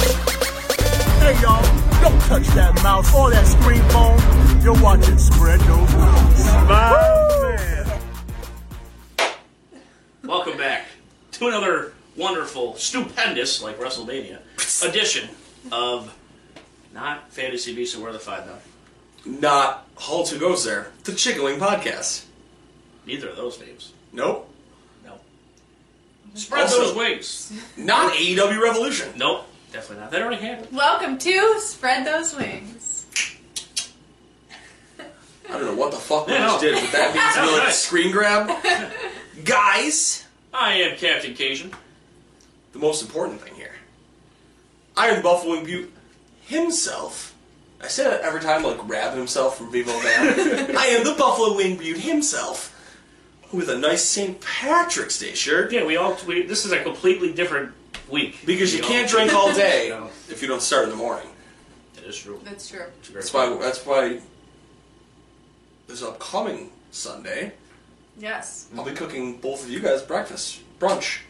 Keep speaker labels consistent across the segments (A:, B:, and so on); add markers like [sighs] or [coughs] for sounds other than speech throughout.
A: Hey y'all, don't touch that mouse or that screen phone. You're watching Spread Those Rules.
B: Welcome back to another wonderful, stupendous, like
C: [laughs]
B: WrestleMania, edition of not Fantasy Beasts and Where the Five Them.
C: Not Halt Who Goes There, the Chicken Wing Podcast.
B: Neither of those names.
C: Nope.
B: No. Spread
C: Also-
B: those wings.
C: Not AEW Revolution.
B: Nope. Definitely not. They already had it.
D: Welcome to Spread Those Wings.
C: I don't know what the fuck we
B: Yeah,
C: just
B: no.
C: did, but that means
B: [laughs]
C: another
B: Alright.
C: screen grab. Guys,
B: I am Captain Cajun.
C: the most important thing here Iron Buffalo and Butte himself. I say that every time, like, grab himself from Vivo
B: [laughs]
C: Man. I am the Buffalo Wing Butte himself, with a nice St. Patrick's Day shirt.
B: Yeah, we all. We, this is a completely different week
C: Because you
B: We
C: can't
B: all-
C: drink
B: [laughs]
C: all day
B: No.
C: if you don't start in the morning.
B: That is true.
D: That's true.
C: That's why. That's why. This upcoming Sunday,
D: Yes.
C: I'll be cooking both of you guys breakfast, brunch.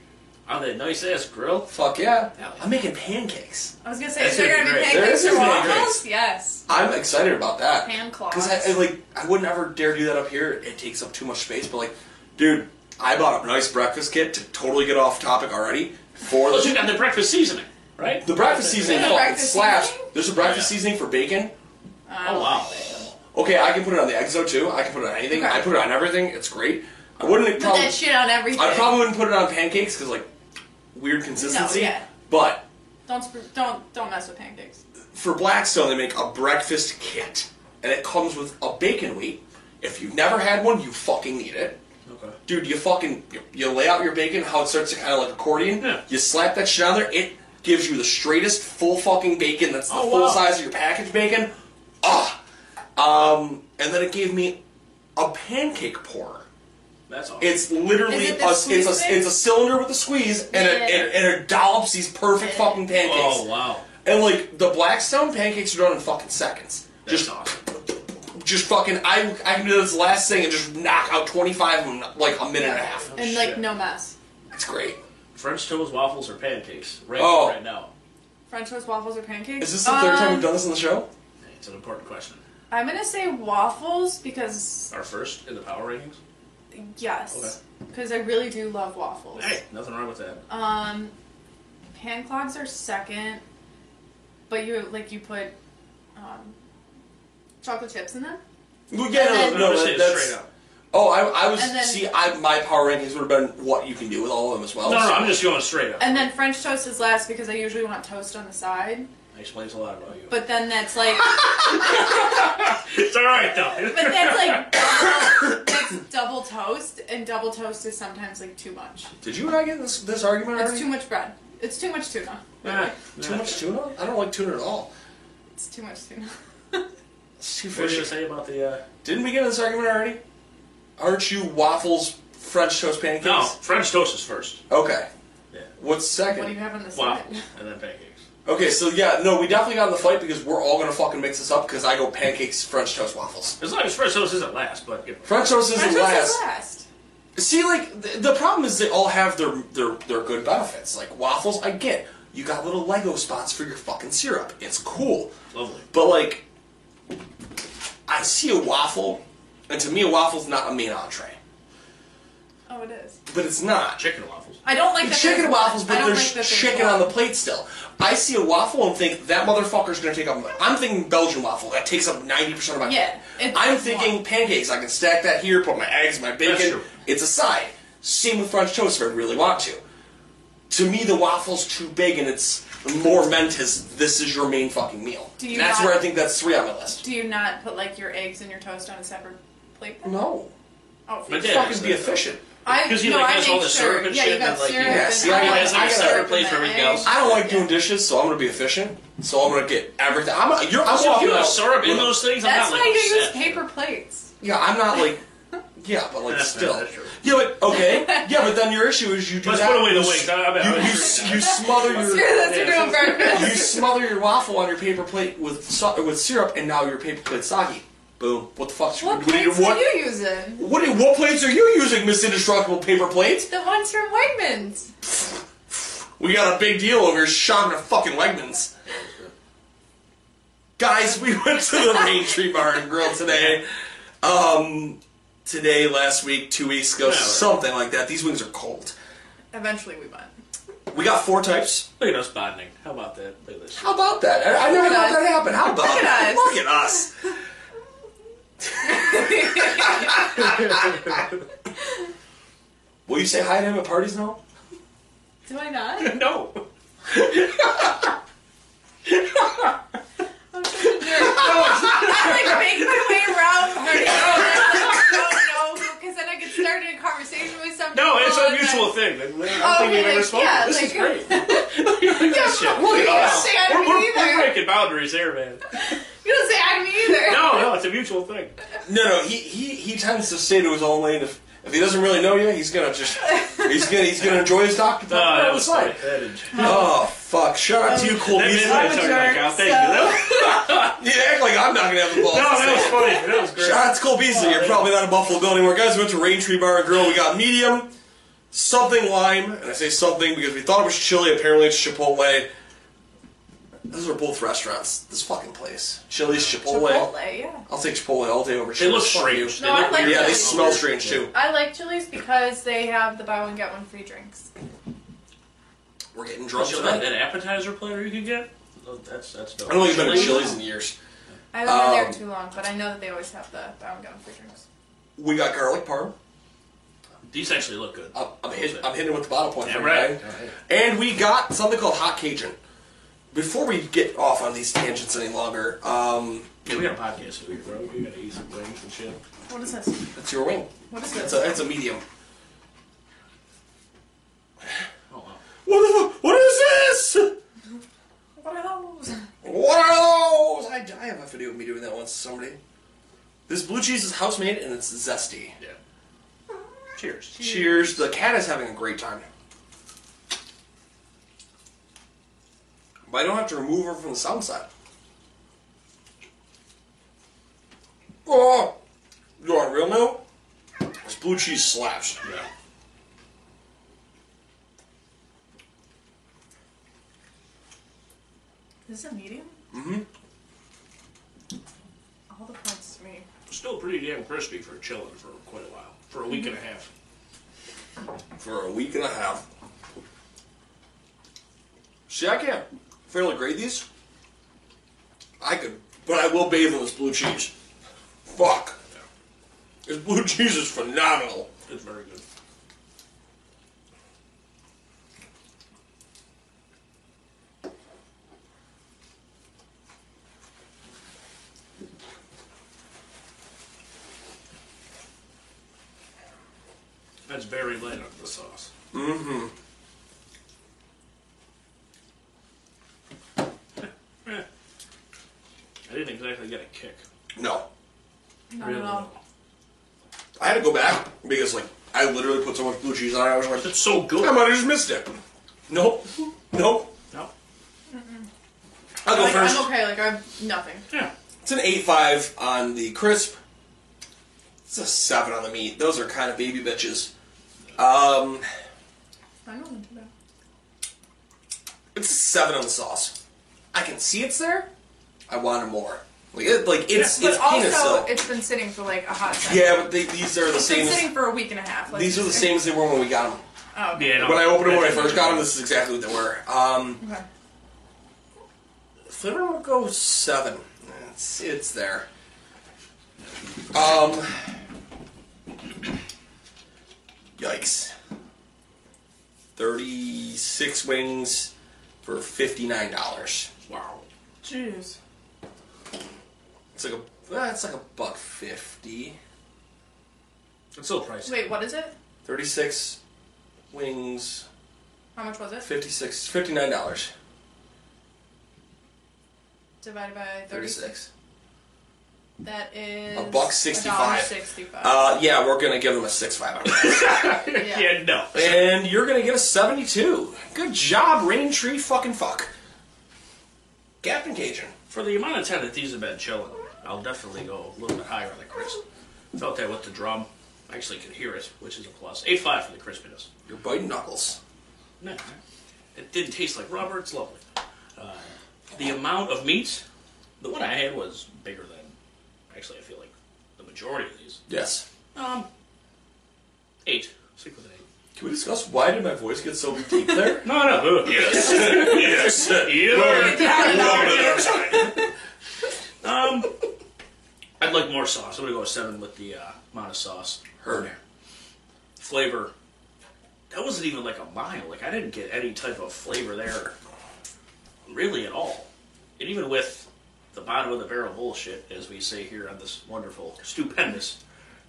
B: On that nice ass grill.
C: Fuck yeah!
B: Hell yeah.
C: I'm making pancakes.
D: I was gonna say,
B: That's
D: is there
B: gonna
D: gonna
B: be
D: be
B: great.
D: pancakes
C: There
D: or
C: is gonna be
D: waffles? Yes.
C: I'm excited about that.
D: Hand claws.
C: Because I, I, like I would never dare do that up here. It takes up too much space. But like, dude, I bought a nice breakfast kit to totally get off topic already for
B: Plus, you [laughs]
C: the,
B: got the breakfast seasoning, right?
C: the breakfast seasoning.
D: There's a
C: fucking
D: breakfast
C: slash.
D: seasoning?
C: There's a breakfast
B: Yeah.
C: seasoning for bacon.
B: Oh wow.
C: Okay, I can put it on the exo too. I can put it on anything.
D: Okay.
C: I put it on everything. It's great. I wouldn't
D: Put
C: probably.
D: that shit on everything.
C: I probably wouldn't put it on pancakes because like weird consistency.
D: No, yeah.
C: But
D: don't sp- don't don't mess with pancakes.
C: for Blackstone, they make a breakfast kit, and it comes with a bacon wheat. If you've never had one, you fucking need it.
B: Okay.
C: Dude, you fucking you, you lay out your bacon how it starts to kind of like accordion.
B: Yeah.
C: You slap that shit on there. It gives you the straightest full fucking bacon. That's the
B: Oh,
C: full
B: wow.
C: size of your packaged bacon. Ah, um, and then it gave me a pancake pourer.
B: That's awesome.
C: It's literally
D: Is it the
C: a,
D: squeeze
C: it's, a,
D: thing?
C: it's a cylinder with a squeeze and,
D: Yeah.
C: it, and, and it dollops these perfect fucking pancakes.
B: Oh wow.
C: And like the Blackstone pancakes are done in fucking seconds.
B: That's
C: just
B: awesome.
C: just fucking I I can do this last thing and just knock out 25 in like a minute and a half.
D: And
B: shit.
D: like no mess.
C: It's great.
B: French toast, waffles, or pancakes. Right,
C: Oh.
B: right now.
D: French toast, waffles, or pancakes?
C: Is this the third time
D: Um,
C: we've done this on the show?
B: It's an important question.
D: I'm gonna say waffles because
B: Our first in the power rankings.
D: yes, because I really do love waffles.
B: Hey, nothing wrong with that.
D: Um, pan clogs are second, but you like you put um, chocolate chips in them.
C: Well, yeah,
D: And
C: no,
D: then-
C: no,
B: I'm just
C: that-
B: saying
C: that's.
B: straight up.
C: Oh, I, I was
D: And then-
C: see. I my power rankings would have been what you can do with all of them as well.
B: No, no,
C: so-
B: I'm just going straight up.
D: And then French toast is last because I usually want toast on the side.
B: That explains a lot about you.
D: But then that's like,
B: it's all right though.
D: [laughs] but that's like [coughs] double, that's double toast, and double toast is sometimes like too much.
C: Did you and I get in this this argument already?
D: It's too much bread. It's too much tuna.
B: Yeah.
C: Too much tuna? I don't like tuna at all.
D: It's too much tuna. [laughs]
C: It's too
B: What did you
C: fishy.
B: say about the? Uh...
C: Didn't we get in this argument already? Aren't you waffles, French toast pancakes?
B: No, French toast is first.
C: Okay.
B: Yeah.
C: What's second?
D: What do you have on the side?
B: Waffles and then pancakes.
C: Okay, so yeah, no, we definitely got in the fight because we're all gonna fucking mix this up because I go pancakes, French toast, waffles.
B: As long as French toast isn't last, but you know.
C: French toast isn't
D: French toast
C: last.
D: is last.
C: See, like the, the problem is they all have their their their good benefits. Like waffles, I get you got little Lego spots for your fucking syrup. It's cool,
B: lovely.
C: but like, I see a waffle, and to me, a waffle's not a main entree,
D: Oh, it is.
C: but it's not.
B: Chicken waffles.
D: I don't like
C: The
D: that
C: chicken
D: there's
C: waffles,
D: one.
C: but
D: I don't
C: there's
D: like that there's
C: chicken
D: one.
C: on the plate still. I see a waffle and think that motherfucker's gonna take up. I'm thinking Belgian waffle that takes up ninety percent of my.
D: Yeah, it's
C: I'm
D: just
C: thinking
D: one.
C: pancakes. I can stack that here, put my eggs, my
B: That's
C: bacon.
B: true.
C: It's a side. Same with French toast if I really want to. To me, the waffle's too big, and it's more meant as this is your main fucking meal.
D: Do you
C: And that's
D: not-
C: where I think that's three on my list.
D: Do you not put like your eggs and your toast on a separate plate? Then?
C: No,
D: Oh,
B: But
D: fuck.
B: did.
C: fucking be efficient.
D: I
B: Because he,
D: no,
B: like,
D: I
B: has all
D: make
B: the
D: sure.
B: syrup and
D: yeah,
B: shit
D: you
B: and
D: got
B: then, like,
D: syrup.
B: yeah,
D: and
C: see,
D: I
C: I-
D: like
C: I got a
D: syrup
B: separate
D: and
B: plate for
D: then
B: everything else.
D: eggs.
C: I don't like doing dishes, so I'm gonna be efficient. So I'm gonna get everything. I'm not, you're, I'm
B: So if
C: walking
B: you have
C: out
B: syrup in
C: with-
B: those things, I'm
D: That's
B: not
D: why you use
B: like upset.
D: paper
C: [laughs]
D: plates.
C: Yeah, I'm not like.
D: [laughs]
C: Yeah, but like
B: That's-
C: still.
B: that's true.
C: Yeah, but okay. Yeah, but then your issue is you do
B: Let's
C: that.
B: put away the
C: you
B: wings.
C: s-
B: I- I bet-
C: you,
B: I bet
C: you,
B: it's
C: s-
B: true.
C: you smother your
D: Screw
B: Yeah,
D: this, you're doing breakfast.
C: you smother your waffle on your paper plate with so- with syrup, and now your paper plate's soggy. Boom. What the fuck?
D: What
C: do you-
D: plates are you using?
C: What, do you- what plates are you using, Miss Indestructible Paper Plate?
D: The ones from Wegmans.
C: We got a big deal over here shopping at fucking Wegmans. Guys, we [laughs] went to the Rain Tree Bar and Grill today. Um, today, last week, two weeks ago,
B: Whatever.
C: something like that. These wings are cold.
D: Eventually, we went.
C: We got four types.
B: Look at us bonding. How about that? Look at this.
C: How about that? I, I never
D: Look at
C: thought
D: us.
C: that happened. How about
D: Look at
C: that?
D: us.
C: Look at us.
D: [laughs]
C: Will you say hi to him at parties now?
D: Do I not? [laughs]
B: No.
D: I like make my way around. party. Oh, no, no, no, because then I could start a conversation with somebody.
B: No, it's a mutual thing. Like, I don't think
D: Oh, Okay,
B: we've ever
D: like,
B: spoken.
D: [laughs] yeah,
B: this
D: like-
B: is great. Look at this shit.
D: Well, you don't say I
B: We're,
D: didn't
B: we're, we're
D: either.
B: breaking boundaries here, man.
D: You don't say I to me either.
B: No, no, it's a mutual thing.
D: [laughs]
B: Uh,
C: No, no. He, he he tends to stay to his own lane. If if he doesn't really know you, he's gonna just he's gonna he's gonna enjoy his doctor.
B: No, Ah, that
C: on the
B: was
C: side.
B: funny. That
D: [laughs]
B: is-
C: Oh fuck! Shout out to you, Cool
B: that made me
C: Beans.
B: talk
D: I'm a
B: back
D: jerk,
B: out. Thank
D: so-
B: you. That was-
C: You act like I'm not gonna have the balls.
B: No,
C: to
B: that
C: say
D: [laughs]
B: was
C: it.
B: funny. That was great.
C: Shout out to Cole Beasley. You're probably not in Buffalo Bill anymore. Guys, we went to Rain Tree Bar and Grill. We got medium, something lime, and I say something because we thought it was chili. Apparently, it's Chipotle. Those are both restaurants. This fucking place. Chili's, Chipotle.
D: Chipotle, yeah.
C: I'll take Chipotle all day over
B: They
C: Chili's.
B: look
C: Fuck
B: strange.
C: you.
D: No, I
B: look
D: like
B: weird.
C: Yeah, they
D: Chili's.
C: smell strange too.
D: I like Chili's because they have the buy one get one free drinks.
C: We're getting
B: That
C: drunk
B: that
C: tonight.
B: appetizer platter you could get? Oh, That's, that's dope.
C: I don't think I've been to
B: Chili?
C: Chili's in years.
D: I haven't been there
C: Um,
D: too long, but I know that they always have the buy one get one free drinks.
C: We got garlic parm.
B: These actually look good.
C: I'm, I'm, hit, I'm hitting with the bottle point.
B: Yeah,
C: for
B: right.
C: you, And we got something called hot Cajun. Before we get off on these tangents any longer, um,
B: Yeah, we got a podcast here, bro. We gotta eat some wings and shit.
D: What is this?
C: it's your wing.
D: What is
C: It's
D: this?
C: a, it's a medium.
B: Oh, wow.
C: What the, What is this?
D: What are those?
C: What are those? I, I have a video of me doing that once to somebody. This blue cheese is house made and it's zesty.
B: Yeah. Cheers.
C: Cheers. The cat is having a great time. But I don't have to remove her from the sound side. Oh! You on a real note? This blue cheese slaps.
B: Yeah.
D: Is this a medium? Mm-hmm. All the points to me.
B: Still pretty damn crispy for chilling for quite a while. For a week and a half.
C: for a week and a half. See, I can't fairly grade these. I could, but I will bathe in this blue cheese. Fuck. This blue [laughs] cheese is phenomenal.
B: It's very good. That's very light on the sauce. Mm-hmm. I didn't exactly get a kick.
C: No,
D: Not
B: Really
D: at all.
B: don't.
C: I had to go back because like I literally put so much blue cheese on it. I was like,
B: It's so good.
C: I might have just missed it. Nope, nope.
B: No.
C: I'll go
D: Like,
C: first.
D: I'm okay. Like I've nothing.
B: Yeah.
C: It's an 8.5 on the crisp. It's a 7 on the meat. Those are kind of baby bitches. Um,
D: I don't want to know.
C: it's a 7 on the sauce. I can see it's there. I wanted more. Like, it, like it's,
D: But
C: it's
D: also,
C: penis, though.
D: it's been sitting for like a hot second.
C: yeah, but they, these are the
D: It's
C: same
D: been sitting
C: as,
D: for a week and a half. Like,
C: These are the same as they were when we got them.
D: Oh, okay.
B: yeah no,
C: When I opened them when I
B: that's-
C: first got them, this is exactly what they were. Um,
D: Okay.
C: flavor will go 7. It's, it's there. Um, yikes. 36 wings for $59.
D: Wow. Jeez.
C: It's like a uh, it's like a buck 50.
B: It's still pricey.
D: Wait, what is it?
C: 36 wings,
D: How much was it?
C: 56 $59.
D: Divided by 36.
C: 36.
D: That is
C: A buck
D: dollar
C: 65.
D: 65.
C: Uh, yeah, we're gonna give them a six five on that.
D: yeah.
B: Yeah, no.
C: and you're gonna get a seventy-two. Good job, Rain Tree. Fucking fuck, Captain Cajun.
B: For the amount of time that these have been chilling, I'll definitely go a little bit higher on the crisp. Felt that with the drum. I actually could hear it, which is a plus. 8.5 for the crispiness.
C: You're biting knuckles.
B: No, it didn't taste like rubber. It's lovely. Uh, the amount of meat, the one I had was bigger than, actually, I feel like the majority of these.
C: Yes.
B: Um, eight. Stick with an eight.
C: Can we discuss why did my voice get so
B: [laughs]
C: deep there?
B: No, no. [laughs] Yes. yes. You Um, I'd like more sauce. I'm gonna go with seven with the uh, amount of sauce.
C: Heard.
B: Flavor. That wasn't even like a mile. Like I didn't get any type of flavor there, really at all. And even with the bottom of the barrel bullshit, as we say here on this wonderful, stupendous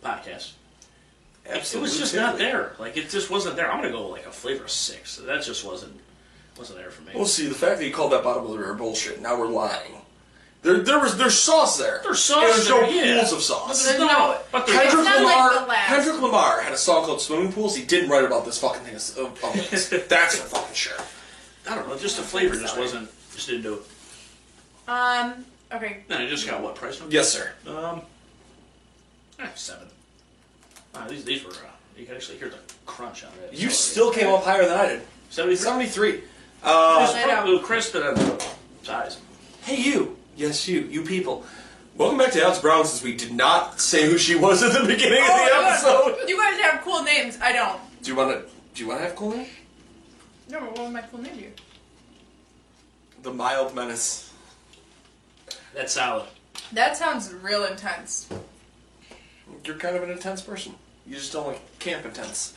B: podcast, it
C: Absolutely.
B: was just not there. Like it just wasn't there. I'm gonna go like a flavor six. That just wasn't wasn't there for me.
C: Well, see, the fact that you called that bottom of the river bullshit. Now we're lying. There, there was there's sauce there.
B: There's sauce
C: And there's no
B: there, yeah.
C: pools of sauce.
D: There's no-
B: but the
C: Kendrick
D: not like
C: Lamar,
D: the last.
C: Kendrick Lamar had a song called "Swimming Pools." He didn't write about this fucking thing. As, of of this.
B: [laughs]
C: That's for fucking sure.
B: I don't know. Just the flavor just wasn't. Just didn't do it.
D: Um, okay.
B: No, it just got what price? on it?
C: Yes,
B: [laughs]
C: sir.
B: Um, eh, seven. Ah, these these were. Uh, you can actually hear the crunch on it.
C: You still came up higher than I did.
B: seventy-three.
C: Seventy-three. Uh,
D: Let
C: [laughs]
D: out.
B: little crisp and then size.
C: Hey, you. Yes, you. You people. Welcome back to Alex Brown. Since we did not say who she was at the beginning
D: Oh,
C: of the
D: yeah.
C: episode.
D: You guys have cool names. I don't.
C: Do you want to? Do you want to have cool name?
D: No, but what would my cool name be?
C: The mild menace.
B: That's solid.
D: That sounds real intense.
C: You're kind of an intense person. You just don't like camp intense.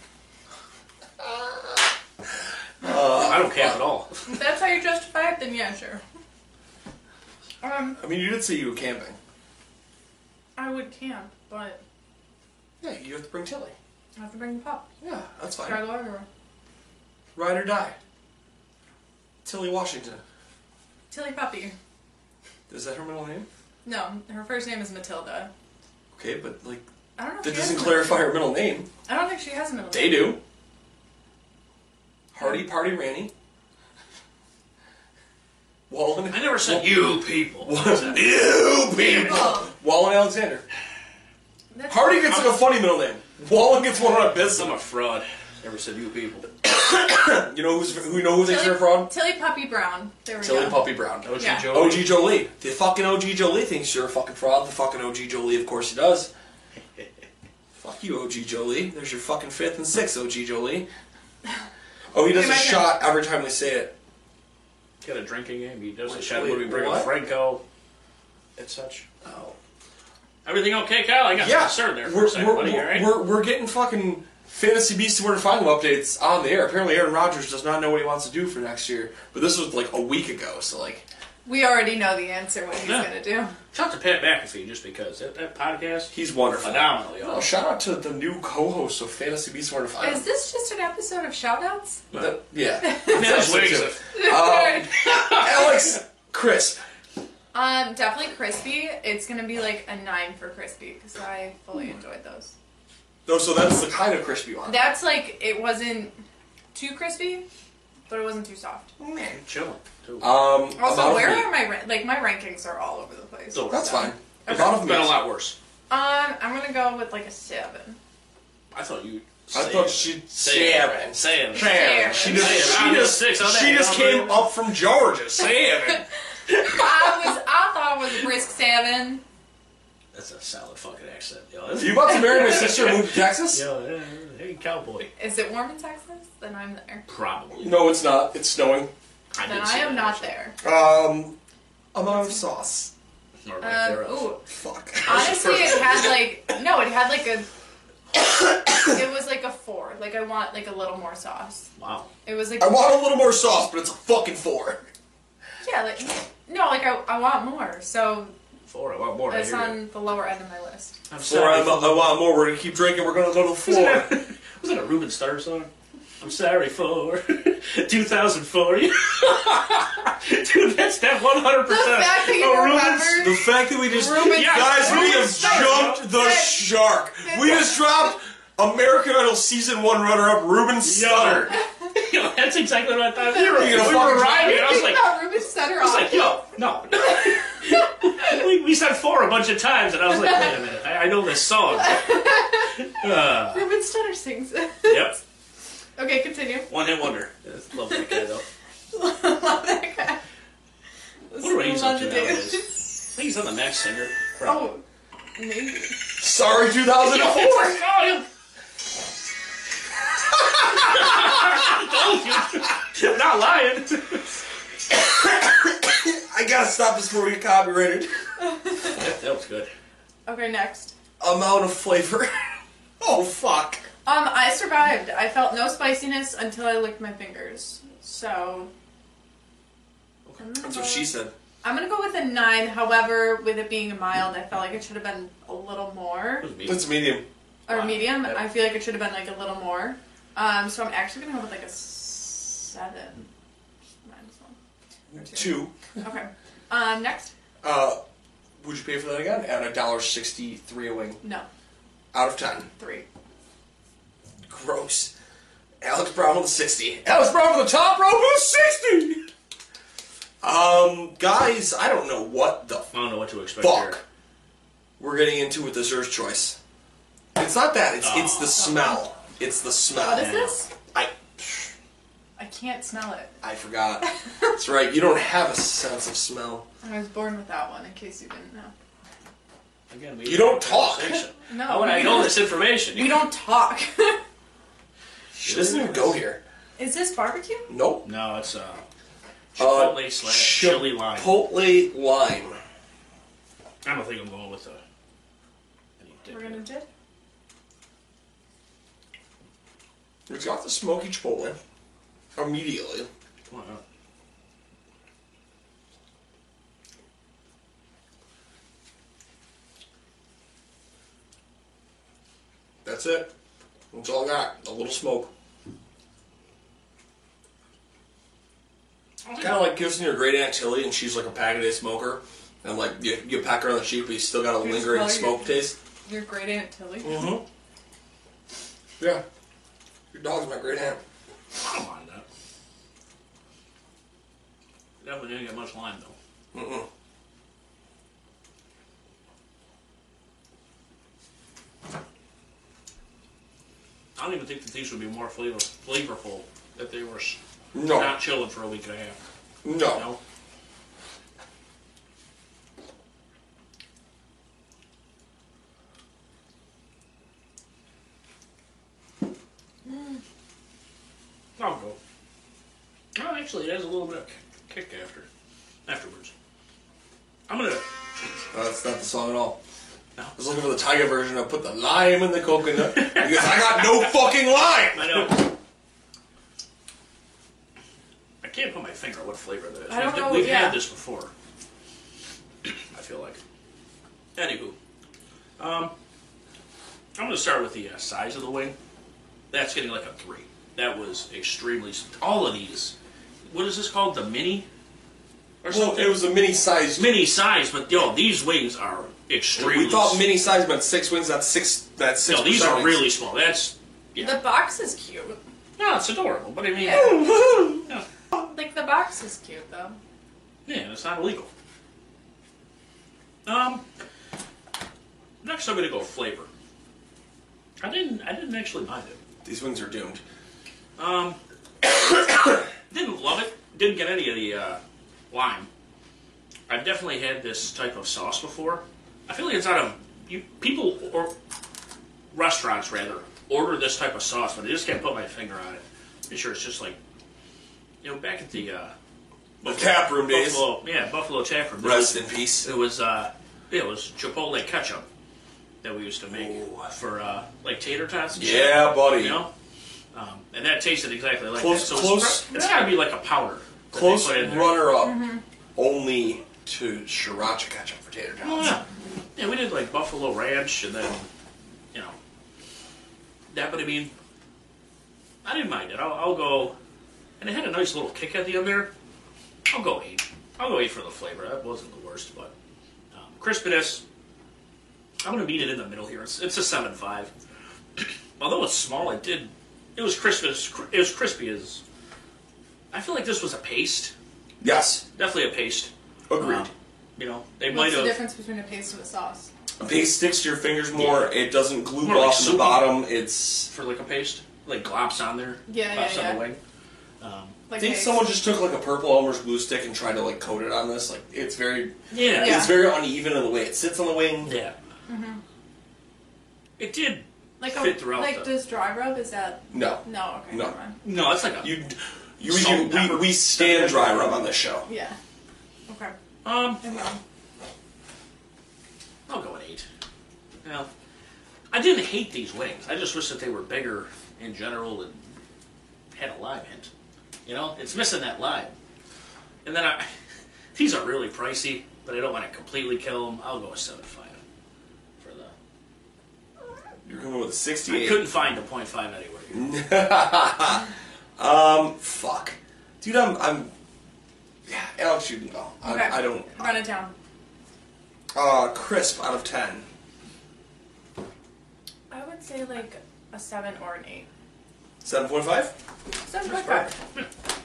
C: Uh,
B: I don't care at all.
D: If that's how you justify it, then yeah, sure. Um,
C: I mean, you did say you were camping.
D: I would camp, but
C: Yeah, you have to bring Tilly.
D: I have to bring the pup.
C: Yeah, that's fine.
D: Gotta go everywhere.
C: Ride or die. Tilly Washington.
D: Tilly puppy.
C: Is that her middle name?
D: No, her first name is Matilda.
C: Okay, but like
D: I don't know. If
C: that
D: she has
C: doesn't
D: a-
C: clarify her middle name.
D: I don't think she has a middle
C: They
D: name.
C: do. Hardy Party Ranny. Wallen.
B: I never said you people. What?
C: [laughs] Ew, people.
D: Oh.
C: Wallen Alexander.
D: That's-
C: Hardy gets like a funny middle name. Wallen gets one on a
B: I'm
C: business.
B: a fraud. Never said you people.
C: You know who's who? You know who thinks they're
D: Tilly,
C: a fraud?
D: Tilly puppy brown. There we
C: Tilly
D: go.
C: Puppy Brown.
B: OG
D: Yeah.
B: Joe.
C: OG Jolie. The fucking OG Jolie thinks you're a fucking fraud. The fucking OG Jolie, of course, he [laughs] does. Fuck you, OG Jolie. There's your fucking fifth and sixth OG Jolie. Oh, he does a
D: Imagine.
C: shot every time we say it.
B: Got a drinking game. He does a
C: Wait,
B: shadow
C: wait,
B: movie. Bring up
C: what?
B: Franco. And such.
C: Oh.
B: Everything okay, Kyle? I got
C: Yeah,
B: concerned there for
C: we're,
B: a 2nd
C: we're,
B: buddy. all
C: we're,
B: right?
C: we're, we're getting fucking fantasy beasts where to find them updates on the air. Apparently, Aaron Rodgers does not know what he wants to do for next year, but this was like a week ago, so like,
D: We already know the answer what he's
B: Yeah.
D: gonna do.
B: Shout to Pat McAfee just because that, that podcast.
C: he's wonderful.
B: phenomenal, y'all.
C: Oh, shout out to the new co-host of Fantasy Beasts where to find
D: Is
C: them.
D: this just an episode of shoutouts?
C: That-
D: [laughs]
C: yeah, [laughs]
B: That's
C: That's
B: wigs.
C: it, too. Alex, Chris,
D: um, definitely crispy. It's gonna be like a nine for crispy because I fully
C: Hmm.
D: enjoyed those.
C: No, so that's the kind of crispy one.
D: That's like it wasn't too crispy, but it wasn't too soft.
C: Hmm.
B: I'm chilling. Too.
C: um, amount
D: Also,
C: of
D: where
C: meat.
D: are my ra- like my rankings are all over the place.
B: Don't worry
C: That's
B: about
C: fine.
D: Okay.
C: Amount
B: it.
C: of
B: Been a
C: meat.
B: lot worse.
D: Um, I'm gonna go with like a seven.
B: I thought you.
C: I thought she
B: Sam. Sam.
D: Sam.
C: She just,
B: Sam.
C: she just,
B: Six on that.
C: she just
B: Don't
C: came
B: worry.
C: up from Georgia. Sam.
D: I was I thought it was a brisk seven.
B: That's a solid fucking accent, yo.
C: you about to marry my sister and move to Texas?
B: [laughs] Yo, yeah, hey, cowboy.
D: Is it warm in Texas? Then I'm there.
B: Probably.
C: No, it's not. It's snowing.
B: I
D: Then
B: did
D: I
B: see that
D: am not
B: actually.
D: there.
C: Um, amount of sauce.
B: Or right
D: Um,
B: there.
D: ooh,
C: Fuck.
D: honestly, it had like no, it had like a. It was like a four, Like I want like a little more sauce.
B: Wow.
D: It was like
C: I want a little more sauce, but it's a fucking four.
D: yeah, like no, like I, I want more. So
B: Four. I want more. I
D: that's
B: hear you.
D: on the lower end of my list.
B: [laughs] I'm
C: Four,
B: sorry.
C: I'm, I want more. We're gonna keep drinking. We're gonna go to the [laughs] floor.
B: Was that a Ruben Starr song? I'm sorry for [laughs] 2004. Dude, that's that 100.
D: The fact that you remembered
C: the fact that we just
D: Ruben
B: Yeah,
C: guys, we
B: Ruben
C: have
B: Starr.
C: jumped the
D: That-
C: shark. We just dropped American Idol season one runner-up Ruben Stutter.
B: Yo, that's exactly what I thought. We were,
C: You're gonna
B: we were
C: fucking-
B: rhyming. I was
D: [laughs]
B: like, I
D: about Ruben Sutter
B: was like, yo, no. [laughs] we, we said four a bunch of times, and I was like, wait a minute, I, I know this
D: [laughs]
B: song. Uh,
D: Ruben Sutter sings. [laughs]
B: yep,
D: okay, continue.
B: one hit wonder. Love that guy though.
D: [laughs] Love that guy.
B: Wonder what he's
D: Love
B: up to
D: the dude. [laughs]
B: nowadays. I think he's on the Max Singer. probably.
D: Oh, maybe.
C: Sorry, 2004.
B: I'm not lying.
C: [laughs] I gotta stop this before we get copyrighted.
B: That, that was good.
D: Okay, next.
C: Amount of flavor. [laughs] Oh fuck.
D: Um, I survived. I felt no spiciness until I licked my fingers. So
C: That's what she said.
D: I'm gonna go with a nine. However, with it being a mild, I felt like it should have been a little more.
C: That's medium.
D: Or medium. I feel like it should have been like a little more. Um, so I'm actually gonna go with like a seven. Minus one.
C: Two.
D: Okay. Um, next.
C: Uh, would you pay for that again? At a dollar sixty-three a wing.
D: No,
C: Out of ten.
D: three.
C: Gross. Alex Brown with a 60. Alex Brown with the top rope with a 60! Um, guys, I don't know what the
B: I don't know what to expect here.
C: fuck we're getting into with dessert choice. It's not that, it's, it's the smell. It's the
D: Oh. What is
C: smell.
D: Oh, this?
C: I,
D: I can't smell it.
C: I forgot. That's right, you don't have a sense of smell.
D: I was born with that one. In case you didn't know.
B: Again, we
C: You don't talk. [laughs]
D: No.
B: How would I know this information?
D: We don't talk. [laughs]
C: She doesn't even go here.
D: is this barbecue?
C: Nope.
B: No, it's uh,
C: Uh,
B: Chipotle slash chili lime.
C: Chipotle lime.
B: I don't think I'm going with the. any dip.
D: We're gonna dip.
C: It's got the smoky chipotle. Immediately.
B: Come on, out.
C: That's it. That's all I got. A little smoke. Kind of like kissing your great aunt Tilly, and she's like a pack a day smoker, and like you, you pack her on the cheek, but you still got a
D: Here's
C: lingering
D: how you-
C: smoke taste.
D: Your great aunt Tilly.
C: Oh. Mm-hmm. Yeah, your dog's my great aunt.
B: I don't mind that. Definitely didn't get much lime though. I don't even think that these would be more flavor flavorful if they were s-
C: No,
B: not chilling for a week and a half.
C: no,
B: No. I'll go. Oh, actually, it has a little bit of kick kick after, afterwards. I'm gonna.
C: Uh, that's not the song at all.
B: No.
C: I was looking for the tiger version. I put the lime in the coconut because I got no fucking lime.
B: I know. I can't put my finger on what flavor that is.
D: I don't
B: We've-
D: know,
B: We've
D: yeah.
B: had this before. I feel like. Anywho, um, I'm going to start with the uh, size of the wing. That's getting like a three. That was extremely. s- All of these. What is this called? The mini. Or
C: Well,
B: something?
C: it was a mini size.
B: mini size, but yo, these wings are extremely.
C: We thought
B: s-
C: mini size meant six wings. That's six. That's six.
B: No, these are
C: wings.
B: really small. That's
D: The box is cute.
B: no, it's adorable, but I mean, yeah.
D: Like the box is cute though.
B: Yeah, it's not illegal. Um, next I'm gonna go flavor. I didn't. I didn't actually mind it.
C: These wings are doomed.
B: Didn't love it. Didn't get any of the uh, lime. I've definitely had this type of sauce before. I feel like it's out of you people or restaurants rather order this type of sauce, but I just can't put my finger on it. Pretty sure it's just like you know back at the uh,
C: The tap room days.
B: Buffalo, yeah, Buffalo Tap Room.
C: Rest in peace.
B: It was uh, it was Chipotle ketchup that we used to make for uh, like tater tots. And shit,
C: Yeah, buddy.
B: you know, Um, and that tasted exactly like
C: Close-
B: that. So
C: close-
B: it's, pro- it's got to be like a powder. that they
C: Close
B: put in there.
C: runner up, only to Sriracha ketchup for tater
B: Oh,
C: tots.
B: yeah. yeah, we did like Buffalo Ranch, and then you know that. But I mean, I didn't mind it. I'll, I'll go, and it had a nice little kick at the end there. I'll go eight. I'll go eight for the flavor. That wasn't the worst, but um, crispiness. I'm gonna meet it in the middle here. It's, it's a seven five. [clears throat] Although it's small, it did. It was crispy. as- It was crispy as. I feel like this was a paste.
C: Yes,
B: Definitely a paste.
C: agreed.
B: Um, you know, they might
D: What's the
B: have.
D: difference between a paste and a sauce?
C: A paste sticks to your fingers more. It doesn't glue
B: More like
C: off the
B: soupy.
C: bottom. It's.
B: for like a paste, like glops on there. glops
D: Yeah, yeah,
B: on
D: yeah.
B: the wing.
D: Like
C: I think
D: eggs?
C: someone just took like a purple Elmer's glue stick and tried to like coat it on this. Like it's very,
B: Yeah,
D: Yeah.
C: it's very uneven in the way it sits on the wing.
B: yeah. It did.
D: like
B: fit
D: a,
B: throughout
D: like
B: the-
D: does dry rub? Is that
C: No,
D: no? Okay,
C: No.
D: never mind.
B: No, it's like a.
C: you, you,
B: Salt,
C: you we,
B: pepper.
C: we stand dry rub on this show.
D: Yeah. Okay.
B: um,
D: And then
B: I'll go an eight. Well, I didn't hate these wings. I just wish that they were bigger in general and had a lime hint. You know, it's missing that lime. And then I, [laughs] these are really pricey, but I don't want to completely kill them. I'll go a seven five for the.
C: You're coming with a
B: I
C: sixty-eight.
B: couldn't find a point five anywhere.
C: Fuck, dude, I'm, I'm. Yeah, Alex, you can go. I,
D: okay.
C: I don't.
D: run it down.
C: Uh, crisp out of ten.
D: I would say like a seven or an eight.
C: Seven point five.
D: Seven point five.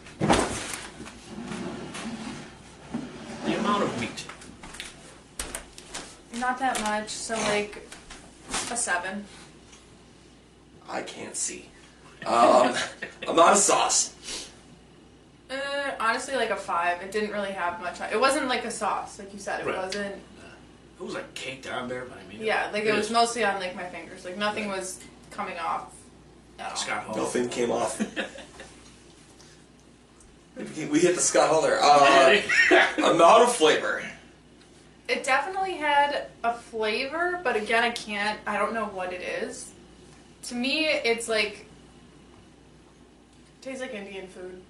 B: The amount of meat.
D: Not that much. So like a seven.
C: I can't see.
B: [laughs]
C: Um, I'm not a sauce.
D: Uh, honestly, like a five. It didn't really have much. It wasn't like a sauce, like you said. It
B: Right.
D: wasn't.
B: It was like caked on there, but I mean.
D: Yeah, like it was
B: is
D: mostly on like my fingers. Like nothing was coming off. at all.
B: Scott Hall. [laughs]
C: Nothing came off. we hit the Scott Hall there.
B: [laughs]
C: Uh, amount of flavor.
D: It definitely had a flavor, but again, I can't. I don't know what it is. To me, it's like tastes like Indian food.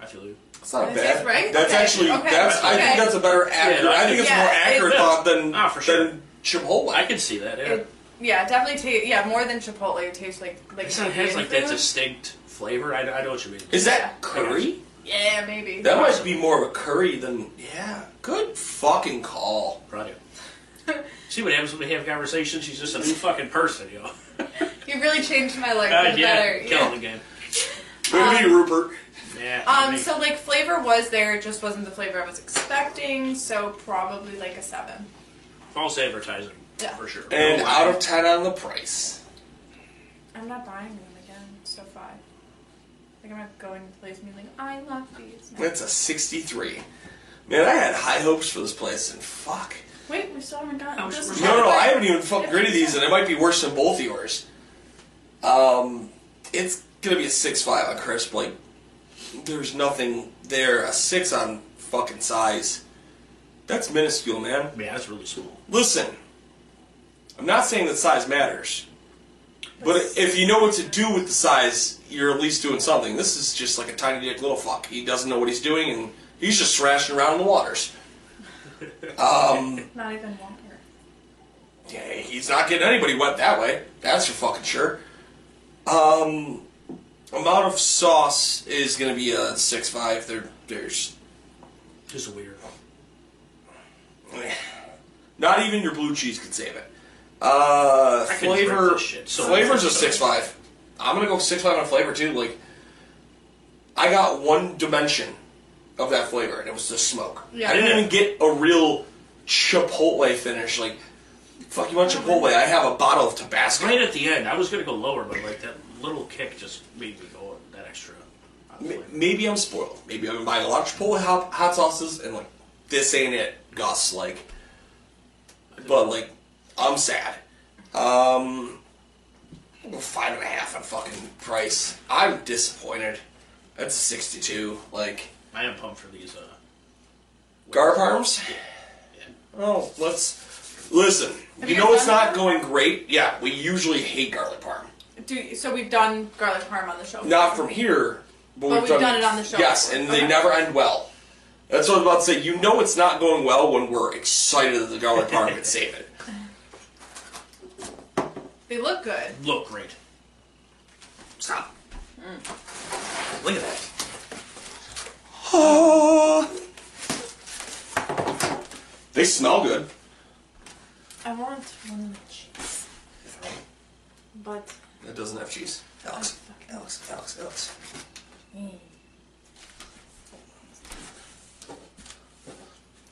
B: I feel you.
C: That's not
D: Is
C: bad.
D: this right?
C: That's
D: Okay,
C: actually
D: okay,
C: that's. I think
D: okay.
C: that's a better accurate. I think it's
D: Yeah,
C: more
D: it-
C: accurate thought than
B: Ah, for sure.
C: than Chipotle.
B: I can see that. Yeah.
D: It, yeah, it definitely tastes. Yeah, more than Chipotle. It tastes like like
B: It's- it has
D: Indian
B: like that
D: food.
B: distinct flavor. I, I know what you mean.
C: Is
D: Yeah.
C: that curry?
D: Yeah, maybe.
C: That might be more of a curry than yeah. Good fucking call.
B: right. yeah. See what happens when we have conversations. She's just a new fucking person, yo.
D: [laughs] you really changed my life for
B: God,
D: the
B: Uh, yeah,
D: better.
B: kill
D: Yeah.
B: him again.
C: Way to be, Rupert.
B: Yeah.
D: Um,
B: me.
D: so like flavor was there, it just wasn't the flavor I was expecting. So probably like a seven.
B: false advertising
D: Yeah.
B: for sure.
C: And
B: Oh,
C: out
B: wow.
C: of ten on the price.
D: I'm not buying them again. So five. Like I'm not going to the place and being like, I love these.
C: That's a sixty-three. Man, I had high hopes for this place, and fuck.
D: Wait, we still haven't gotten.
B: I was-
D: this
B: we're
D: is
B: still-
C: No, no,
D: not-
C: I haven't even fucking gritted these, and it might be worse than both of yours. Um, it's gonna be a six-five on crisp. Like, there's nothing there. A six on fucking size. That's minuscule, man.
B: Yeah, that's really small.
C: Listen, I'm not saying that size matters, but if you know what to do with the size, you're at least doing something. This is just like a tiny dick little fuck. He doesn't know what he's doing, and he's just thrashing around in the waters.
D: Not even water.
C: Yeah, he's not getting anybody wet that way. That's for fucking sure. Um, amount of sauce is going to be a six five. There, there's
B: Just weird.
C: eh, not even your blue cheese could save it. Uh,
B: I couldn't drink
C: flavor
B: this shit, so-
C: flavors a six five. I'm gonna go six five on flavor too. Like, I got one dimension of that flavor, and it was the smoke.
D: Yeah.
C: I didn't even get a real chipotle finish. Like, fuck, you want chipotle? I have a bottle of Tabasco.
B: Right at the end, I was gonna go lower, but like that little kick just made me go that extra.
C: M- Maybe I'm spoiled. Maybe I've been buying a lot of Chipotle hot, hot sauces and like, this ain't it, Gus. Like, but like, I'm sad. Um, well, five and a half on fucking price. I'm disappointed. That's a 62. Like,
B: I am pumped for these. Uh,
C: Garb Arms? Oh, let's listen. You know it's not going great. Yeah, we usually hate garlic parm.
D: Do so we've done garlic parm on the show.
C: Not from here, but,
D: But we've done it on the show
C: Yes,
D: before.
C: and
D: Okay.
C: they never end well. That's what I was about to say. You know it's not going well when we're excited that the garlic parm could save
D: [laughs]
C: it.
D: They look good.
B: Look great. Stop. Look at that.
C: They smell good.
D: I want one with cheese, but
C: That doesn't have cheese. Alex,
D: Oh,
C: Alex, Alex, Alex.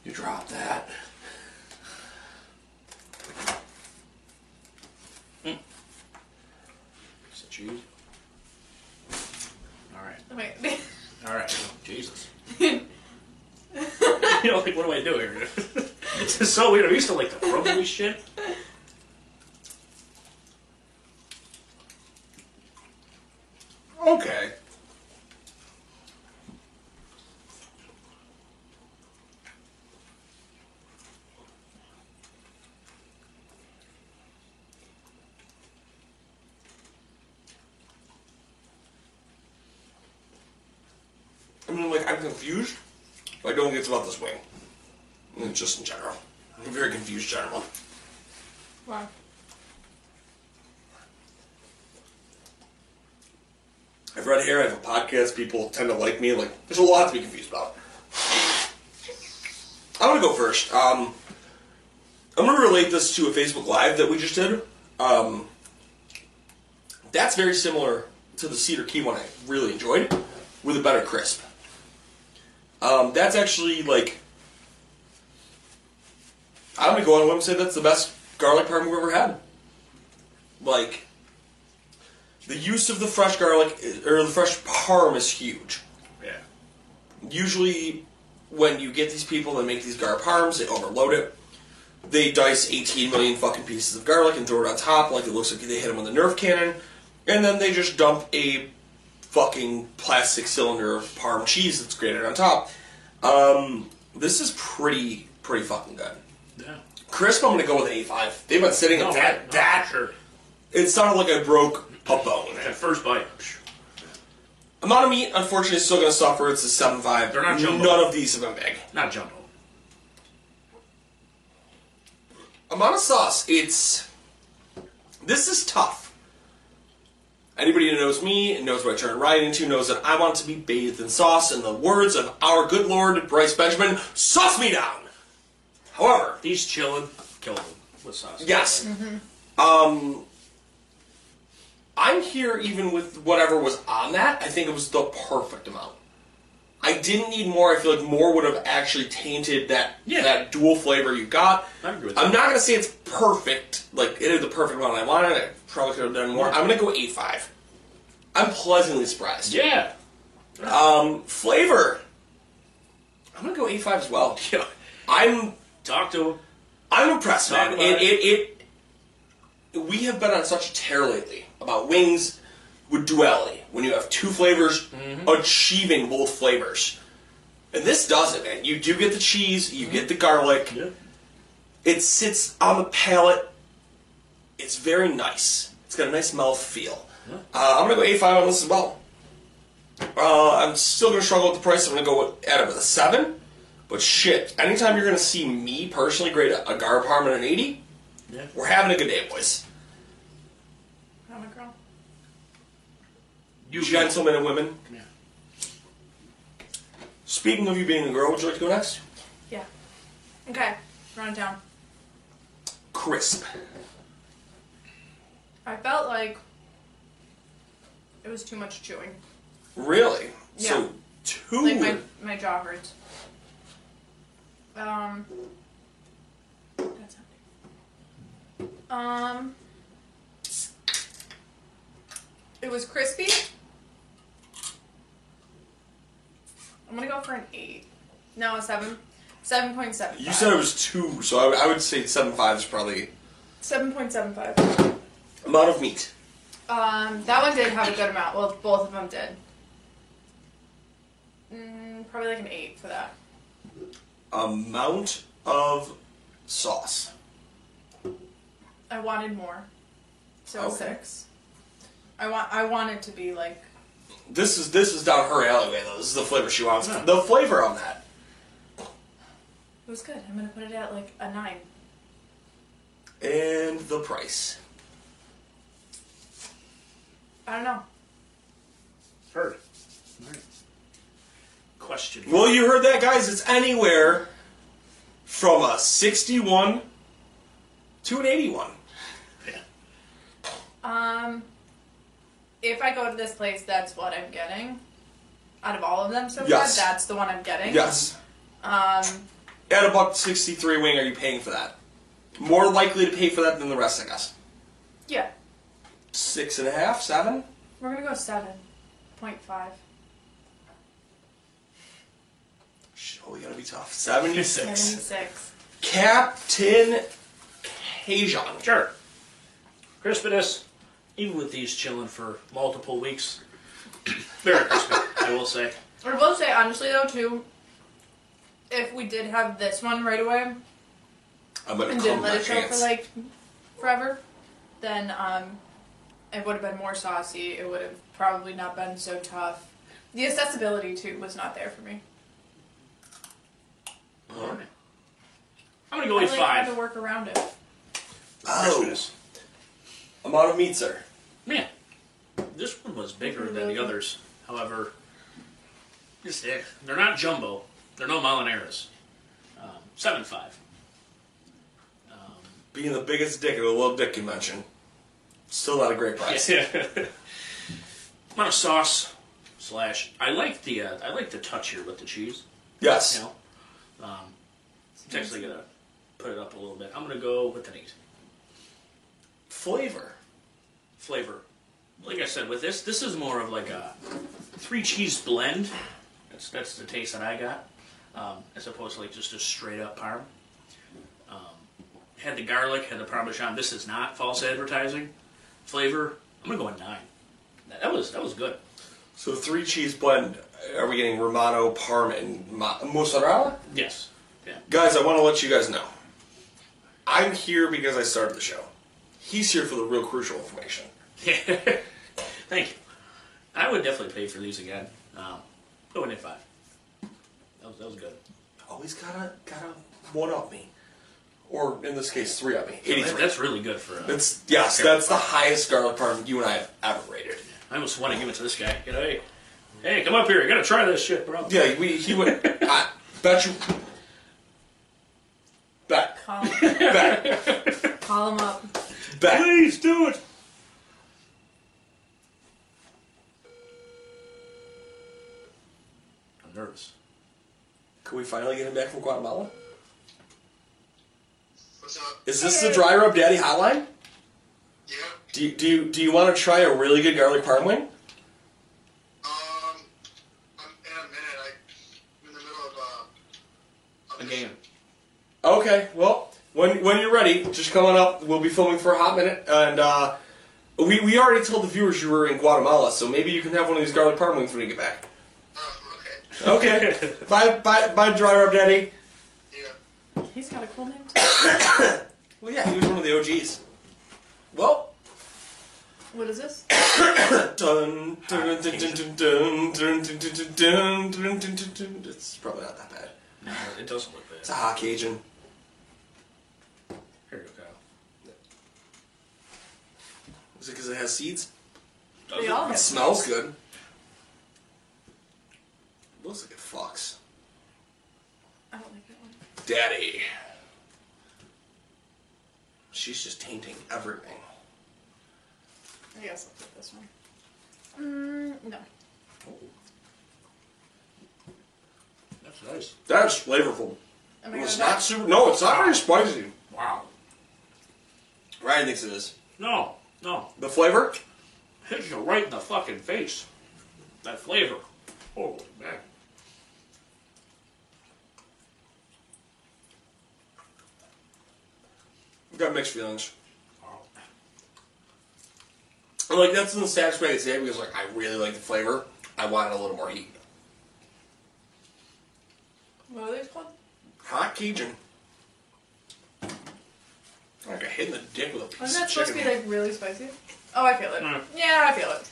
C: You dropped that.
B: Is it cheese? All right.
D: wait. [laughs]
B: All right. [laughs] Jesus. you know, like, what do I do here? [laughs] it's just so weird. I'm used to, like, the crumbly shit.
C: Okay. I mean, like, I'm confused. but I don't get about this wing. I mean, Just in general. I'm very confused, general.
D: wow.
C: I've read hair, I have a podcast, people tend to like me. Like, there's a lot to be confused about. I'm gonna go first. Um, I'm gonna relate this to a Facebook Live that we just did. Um, that's very similar to the Cedar Key one I really enjoyed, with a better crisp. Um, that's actually like, I'm gonna go on a limb and say that's the best garlic parm we've ever had. Like, the use of the fresh garlic is- or the fresh parm is huge.
B: Yeah.
C: Usually, when you get these people that make these gar parms, they overload it. They dice 18 million fucking pieces of garlic and throw it on top, like it looks like they hit them with a Nerf cannon, and then they just dump a fucking plastic cylinder of parm cheese that's grated on top. Um, this is pretty, pretty fucking good.
B: Yeah.
C: Crisp, I'm gonna go with an 85. They've been sitting at that.
B: no,
C: that
B: Sure.
C: it sounded like I broke a bone.
B: That first bite.
C: Amount of meat, unfortunately, is still going to suffer. It's a 7 5.
B: They're not jumbo.
C: None of these have been big.
B: Not jumbo.
C: Amount of sauce, it's. This is tough. Anybody who knows me and knows what I turn right into knows that I want to be bathed in sauce, in the words of our good Lord Bryce Benjamin, sauce me down! However,
B: These chillin'. Kill them with sauce.
C: Yes. Um, I'm here even with whatever was on that. I think it was the perfect amount. I didn't need more. I feel like more would have actually tainted that
B: Yeah.
C: that dual flavor you got.
B: I agree with
C: I'm
B: that.
C: not gonna say it's perfect. Like it is the perfect amount I wanted. I probably could have done more. I'm gonna go eight five. I'm pleasantly surprised.
B: Yeah.
C: Um, flavor. I'm gonna go eight five as well. [laughs]
B: Yeah.
C: I'm
B: Talk to him.
C: I'm impressed,
B: Talk
C: man.
B: about
C: It,
B: it.
C: it, it, we have been on such a tear lately about wings with duality. When you have two flavors, achieving both flavors. And this does it, man. You do get the cheese, you get the garlic.
B: Yeah.
C: It sits on the palate. It's very nice. It's got a nice mouth feel. Uh, I'm gonna go 8.5 on this as well. Uh, I'm still gonna struggle with the price. I'm gonna go with, at it with a seven. But shit, anytime you're gonna see me personally grade a, a garb harm at an 80,
B: Yeah.
C: we're having a good day, boys.
D: I'm a girl.
B: You
C: Gentlemen and women.
B: Yeah.
C: Speaking of you being a girl, would you like to go next?
D: Yeah. Okay. Run it down.
C: Crisp.
D: I felt like it was too much chewing.
C: Really?
D: Yeah.
C: So two.
D: Like my, my jaw hurts. Um. That's not- Um. It was crispy. I'm gonna go for an eight. No, a seven. Seven point seven.
C: you said it was two, so I, would- I would say seven five is probably
D: seven point seven five.
C: amount of meat.
D: Um, that one did have a good amount. Well, both of them did. Mm, probably like an eight for that.
C: Amount of sauce.
D: I wanted more, so a
C: Okay.
D: six. I want. I want it to be like.
C: This is this is down her alleyway though. This is the flavor she wants. The flavor on that.
D: It was good. I'm gonna put it at like a nine.
C: And the price.
D: I don't know.
B: Heard. Alright. Question.
C: Well, you heard that, guys. It's anywhere from a 61 to an 81.
B: Yeah.
D: Um, if I go to this place, that's what I'm getting. Out of all of them so
C: Yes.
D: far, that's the one I'm getting.
C: Yes.
D: Um,
C: At a buck 63 wing, are you paying for that? More likely to pay for that than the rest, I guess.
D: yeah,
C: Six and a half, seven?
D: we're gonna go seven point five.
C: Shit, Oh, we gotta be tough. 76.
D: Seventy-six.
C: Captain Kajon.
B: Sure. Crispiness, even with these chilling for multiple weeks, [clears throat] very crispy, I will say.
D: I will say honestly though too, if we did have this one right away
C: I'm gonna
D: and
C: come
D: didn't
C: my
D: let it chill
C: pants.
D: for like forever, then um, it would have been more saucy. It would have probably not been so tough. The accessibility too was not there for me.
B: Alright. I'm gonna go with
D: I like had to
B: five.
D: work around it.
C: oh,
B: Crispiness.
C: amount of meat, sir.
B: Man, this one was bigger than the others. However, just eh, they're not jumbo. They're no Molineras. Um, seven five.
C: Being the biggest dick at a little dick convention. Still not a great price.
B: [laughs] amount of sauce slash. I like the uh, I like the touch here with the cheese.
C: Yes.
B: You know, um, it's actually gonna put it up a little bit. I'm gonna go with an eight
C: Flavor.
B: flavor. Like I said, with this, this is more of like a three cheese blend. That's that's the taste that I got, um, as opposed to like just a straight up parm. Um, had the garlic, had the parmesan. This is not false advertising. Flavor. I'm gonna go with nine. That, that was that was good.
C: So three cheese blend. Are we getting Romano, Parm, and mo- mozzarella?
B: Yes. Yeah.
C: Guys, I want to let you guys know. I'm here because I started the show. He's here for the real crucial information.
B: [laughs] Thank you. I would definitely pay for these again. Um, going in five. That was, that was good.
C: Always Oh, gotta gotta one up me, or in this case, three up me.
B: That-
C: Eighty-three.
B: that's really good for. Uh,
C: That's yes, that's the highest garlic parm you and I have ever rated.
B: I almost want to give it to this guy. You know, hey, hey, come up here. You gotta try this shit, bro.
C: Yeah, we he would. I bet you. Bet,
D: Call him,
C: bet,
D: call him up.
C: bet.
B: Please do it. I'm nervous.
C: Can we finally get him back from Guatemala?
E: What's up?
C: Is this the dry rub daddy hotline?
E: Yeah.
C: Do you, do you, do you want to try a really good garlic parm wing?
E: Um, I'm in a minute. I, I'm in the middle of uh, of
B: A
E: this-
B: game.
C: Okay, well, when when you're ready, just come on up. We'll be filming for a hot minute, and uh, we we already told the viewers you were in Guatemala, so maybe you can have one of these garlic parm wings when you get back.
E: Oh,
B: [laughs]
E: okay.
C: Okay, bye bye bye, dry rub daddy.
E: Yeah.
D: He's got a cool name too.
C: Well, yeah, he was one of the OGs. Well.
D: What is this?
C: Dun, dun, dun, dun, dun, dun, dun, dun, dun, dun, dun, dun, dun, dun, dun. It's probably not that bad.
B: No, it doesn't look
C: It's a
B: bad.
C: hot Cajun.
B: Here you go.
C: Is it because it has seeds?
D: They all
C: It
D: have-
C: smells good. Looks like it fucks.
D: I don't like that one.
C: Daddy. She's just tainting everything.
D: I guess I'll put this one. Mm, no.
B: That's nice.
C: That's flavorful.
D: Am I
C: It's
D: gonna
C: not super. No, it's not very spicy.
B: Wow.
C: Ryan thinks it is.
B: No, no.
C: The flavor?
B: hits you right in the fucking face. That flavor. Holy man.
C: I've got mixed feelings.
B: Wow.
C: And, Like that's the saddest way to say it because like I really like the flavor. I wanted a little more heat.
D: What are these called?
C: Hot Cajun. Like I hit in the dick with a piece
D: Wasn't that
C: of
D: supposed
C: chicken.
D: to be like really spicy? Oh, I feel it.
B: Mm.
D: Yeah, I feel it.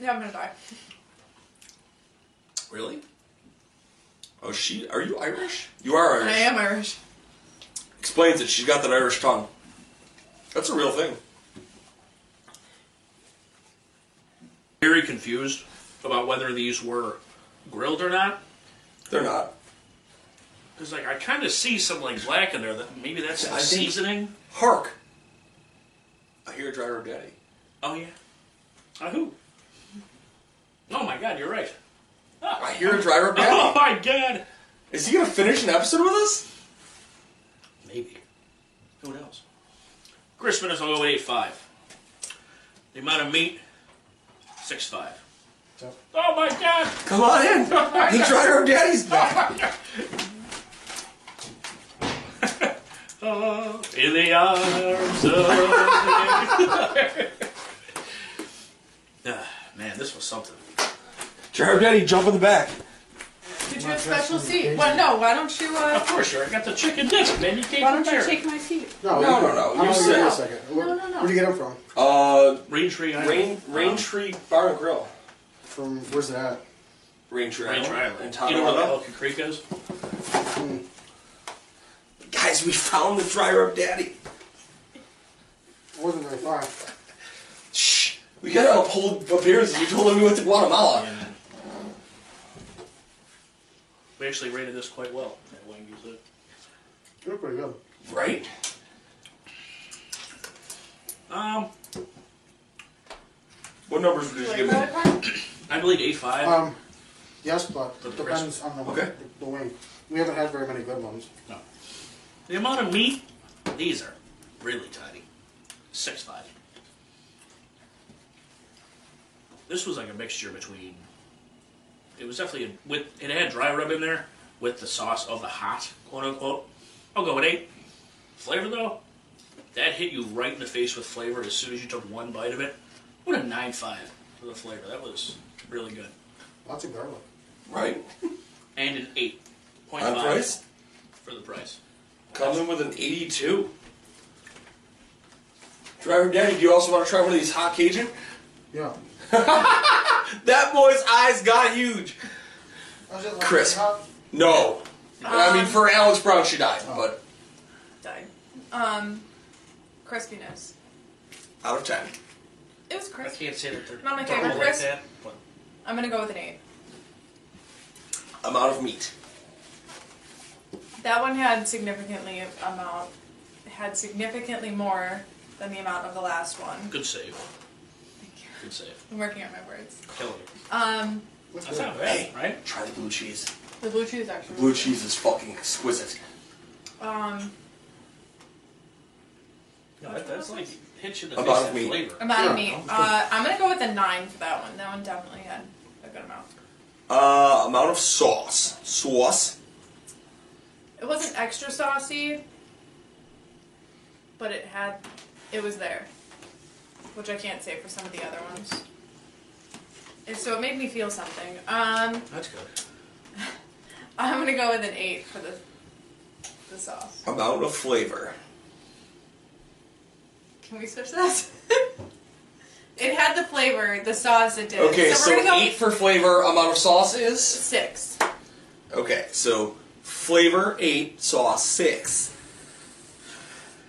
D: Yeah, I'm gonna die.
C: Really? Oh, she. Are you Irish? You are Irish.
D: I
C: [laughs]
D: am Irish.
C: Explains it. She's got that Irish tongue. That's a real thing.
B: Very confused about whether these were grilled or not.
C: They're not.
B: Because like I kind of see some like black in there. That maybe that's the
C: I think-
B: seasoning.
C: Hark! I hear a dry rub daddy.
B: Oh yeah. Uh, who? Oh my God, you're right.
C: I hear a dry rub
B: [laughs] Oh
D: [laughs]
C: daddy.
B: my God.
C: Is he gonna finish an episode with us?
B: Maybe. Who knows? Chris Minnesota will go oh eight five. The amount of meat, six five. Oh my God.
C: Come on
D: [laughs]
C: in. The dry rub daddy's back.
B: Oh, in the arms of the- [laughs] Ah, Man, this was something.
C: Dry rub daddy, jump in the back.
D: Did you have special seat? Well, no. Why don't you?
B: Of
D: Uh,
B: course, sure. I got the chicken dip, man. You can't
D: why don't you
B: compare.
D: take my seat?
F: No,
C: No,
F: you-
C: no, no,
F: I'm
C: you
F: gonna
C: sit
F: wait a
C: out.
F: second. Where,
D: No, no, no.
F: where do you get them from?
C: Uh,
B: Rain tree island. Uh-huh.
C: Rain Rain Tree Bar and Grill.
F: From where's it at?
C: Rain Tree
B: Rain tree
C: In
B: island. You know where the
C: Tonawanda.
B: Elkin Creek is?
C: Guys, we found the dry rub daddy.
F: More than I thought.
C: Shh. We gotta uphold appearances. We told him we went to Guatemala.
B: We actually rated this quite well. at Wangyu's Live.
F: They're pretty good.
C: Right?
B: Um,
C: What numbers would you give me?
B: I believe A five.
F: Um, yes, but
B: But the
F: depends on the,
C: Okay.
F: the wing. We haven't had very many good ones.
B: no. The amount of meat. These are really tiny. Six five. This was like a mixture between. It was definitely a, with it had dry rub in there with the sauce of the hot quote unquote. I'll go with eight. Flavor though, that hit you right in the face with flavor as soon as you took one bite of it. What a nine five for the flavor. That was really good.
F: Lots of garlic.
C: Right?
B: and an eight point
C: On
B: five
C: price?
B: for the price.
C: Comes in with an 82. Driver Daddy, do you also want to try one of these hot Cajun?
F: Yeah.
C: That boy's eyes got huge.
F: Was it like
C: Crisp.
F: hot?
C: No. I
B: Um,
C: mean, for Alex Brown, she died, but
D: Died. Um, crispiness.
C: out of 10.
D: It was
B: I
D: crispy.
B: can't say that they're
D: Not my
B: they're
D: favorite,
B: all
D: Chris.
B: Like that, but
D: I'm gonna go with an eight.
C: Amount of meat.
D: That one had significantly amount had significantly more than the amount of the last one.
B: good save.
D: Thank you.
B: Good save.
D: I'm working on my words.
B: Killing it.
D: Um,
F: That's
B: That's
F: good.
B: not bad, right?
C: Try the blue cheese.
D: the blue cheese actually.
C: Blue cheese is fucking exquisite.
D: Um,
B: No, that, that's like hit you in the
C: About
B: face with
C: me.
B: flavor.
D: amount of
F: Yeah,
D: meat. Uh, I'm gonna go with a nine for that one. That one definitely had a good amount.
C: Uh, amount of sauce. Sauce.
D: It wasn't extra saucy, but it had, it was there, which I can't say for some of the other ones. And so it made me feel something. Um, [laughs]
B: That's good.
D: I'm gonna go with an eight for the the sauce.
C: Amount of flavor.
D: Can we switch that? [laughs] it had the flavor, the sauce it did.
C: Okay, so,
D: we're gonna go
C: eight for flavor, amount of sauce is?
D: six.
C: Okay, so flavor, eight, sauce, six.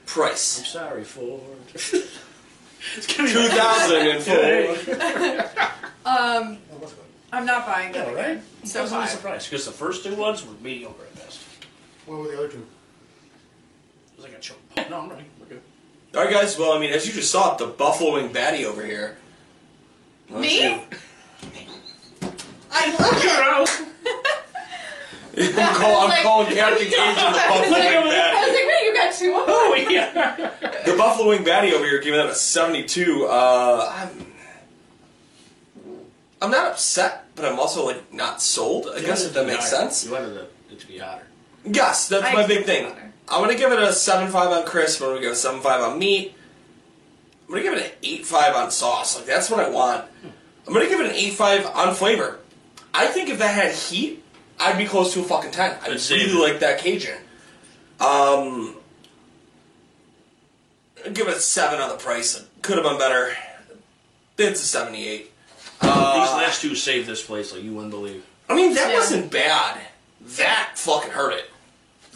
C: Price.
B: I'm sorry, [laughs] Ford.
C: Two thousand and
B: [laughs] eh?
C: four.
D: Um,
F: That was good.
D: I'm not buying that.
B: Yeah,
D: again.
B: right?
D: So
B: That was a
D: five.
B: surprise because the first two ones were mediocre at best.
F: What were the other two?
B: It was like a choke. point. No, I'm right. We're [laughs] good.
C: All right, guys. Well, I mean, as you just saw, the buffalo wing baddie over here. Well,
D: Me?
C: shoot.
D: I love it.
C: I'm, call, I'm
D: Like-
C: calling Captain Cage and
D: [laughs]
C: the buffalo
B: Look
C: wing
B: over there.
D: [laughs] I
C: baddie.
D: was like, wait, you got two of
B: [laughs]
D: them?
B: Oh yeah.
C: The buffalo wing baddie over here gave that a seventy-two. Uh, I'm, I'm not upset, but I'm also like not sold. I guess if that makes sense.
B: You wanted it it to be hotter.
C: Yes, that's
D: I
C: my big
D: expect
C: thing.
D: better.
C: I'm gonna give it a seven five on crisp. I'm gonna give it a seven five on meat. I'm gonna give it an eight five on sauce. Like that's what I want. I'm gonna give it an eight five on flavor. I think if that had heat, I'd be close to a fucking ten. I
B: Good
C: really
B: save.
C: like that Cajun. Um, I'd give it a seven on the price. It could have been better. It's a seventy-eight. Uh,
B: These last two saved this place like you wouldn't believe.
C: I mean, that
D: Yeah.
C: wasn't bad. That fucking hurt it.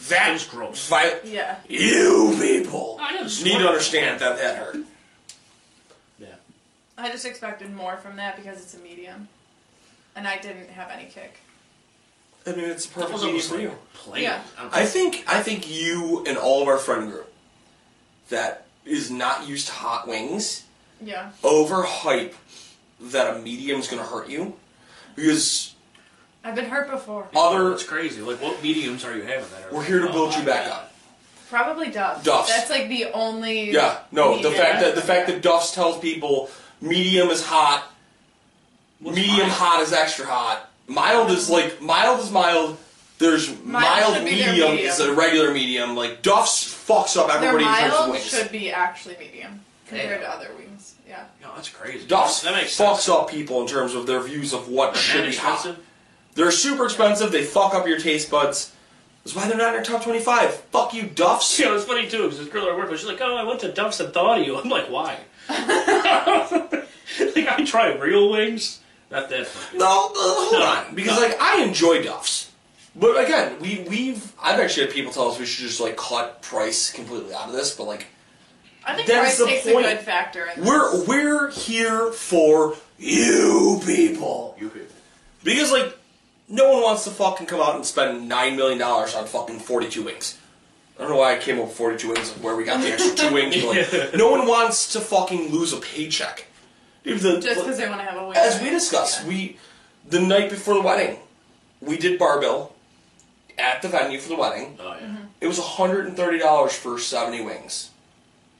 B: That was gross.
C: Vi-
D: Yeah.
C: You people
B: I know,
C: need to understand that that hurt.
B: Yeah.
D: I just expected more from that because it's a medium. And I didn't have any kick.
C: I mean, it's a
B: That
C: perfect
B: was
C: medium
B: almost
C: for
B: like
C: you.
B: plain.
D: Yeah.
B: I'm-
C: I think I think you and all of our friend group that is not used to hot wings
D: Yeah.
C: overhype that a medium's gonna hurt you because
D: I've been hurt before.
C: other
B: That's crazy. Like, what mediums are you having that are?
C: we're here to
B: Oh
C: build you
B: my
C: back
B: God.
C: up.
D: Probably Duff.
C: Duff's.
D: That's like the only.
C: Yeah, no, the
D: medium.
C: fact that the fact that Duff's tells people medium is hot,
B: What's
C: medium
B: mine?
C: hot is extra hot, mild is like mild is mild. There's mild,
D: should be their
C: medium,
D: medium.
C: is a regular medium. Like Duff's fucks up
D: Their
C: everybody in terms of
D: mild
C: wings.
D: should be actually medium compared
B: Yeah.
D: to other wings. Yeah.
B: No, that's crazy.
C: Duff's
B: that makes
C: fucks
B: sense.
C: up people in terms of their views of what
B: That
C: should be hot.
B: expensive?
C: They're super expensive. They fuck up your taste buds. That's why they're not in your top twenty-five. Fuck you, Duff's.
B: Yeah, it was funny too because this girl I work with, she's like, "Oh, I went to Duff's and thought of you." [laughs] I'm like, "Why?" like I try real wings, not that. Funny.
C: No, uh, hold
B: No,
C: on. Because
B: no.
C: like I enjoy Duff's, but again, we we've I've actually had people tell us we should just like cut price completely out of this. But like
D: I think
C: That is
D: price
C: the
D: takes
C: point.
D: a good factor in
C: we're we're here for you people
B: You people.
C: because like no one wants to fucking come out and spend nine million dollars on fucking forty-two wings. I don't know why I came up with 42 wings and where we got the extra two wings. But
B: [laughs]
C: like, no one wants to fucking lose a paycheck. Dude, the-
D: Just because they want to have a wing.
C: as we discussed, we the night before the wedding, we did barbell at the venue for the wedding.
B: Oh
D: Mm-hmm.
B: yeah.
C: It was hundred and thirty dollars for seventy wings.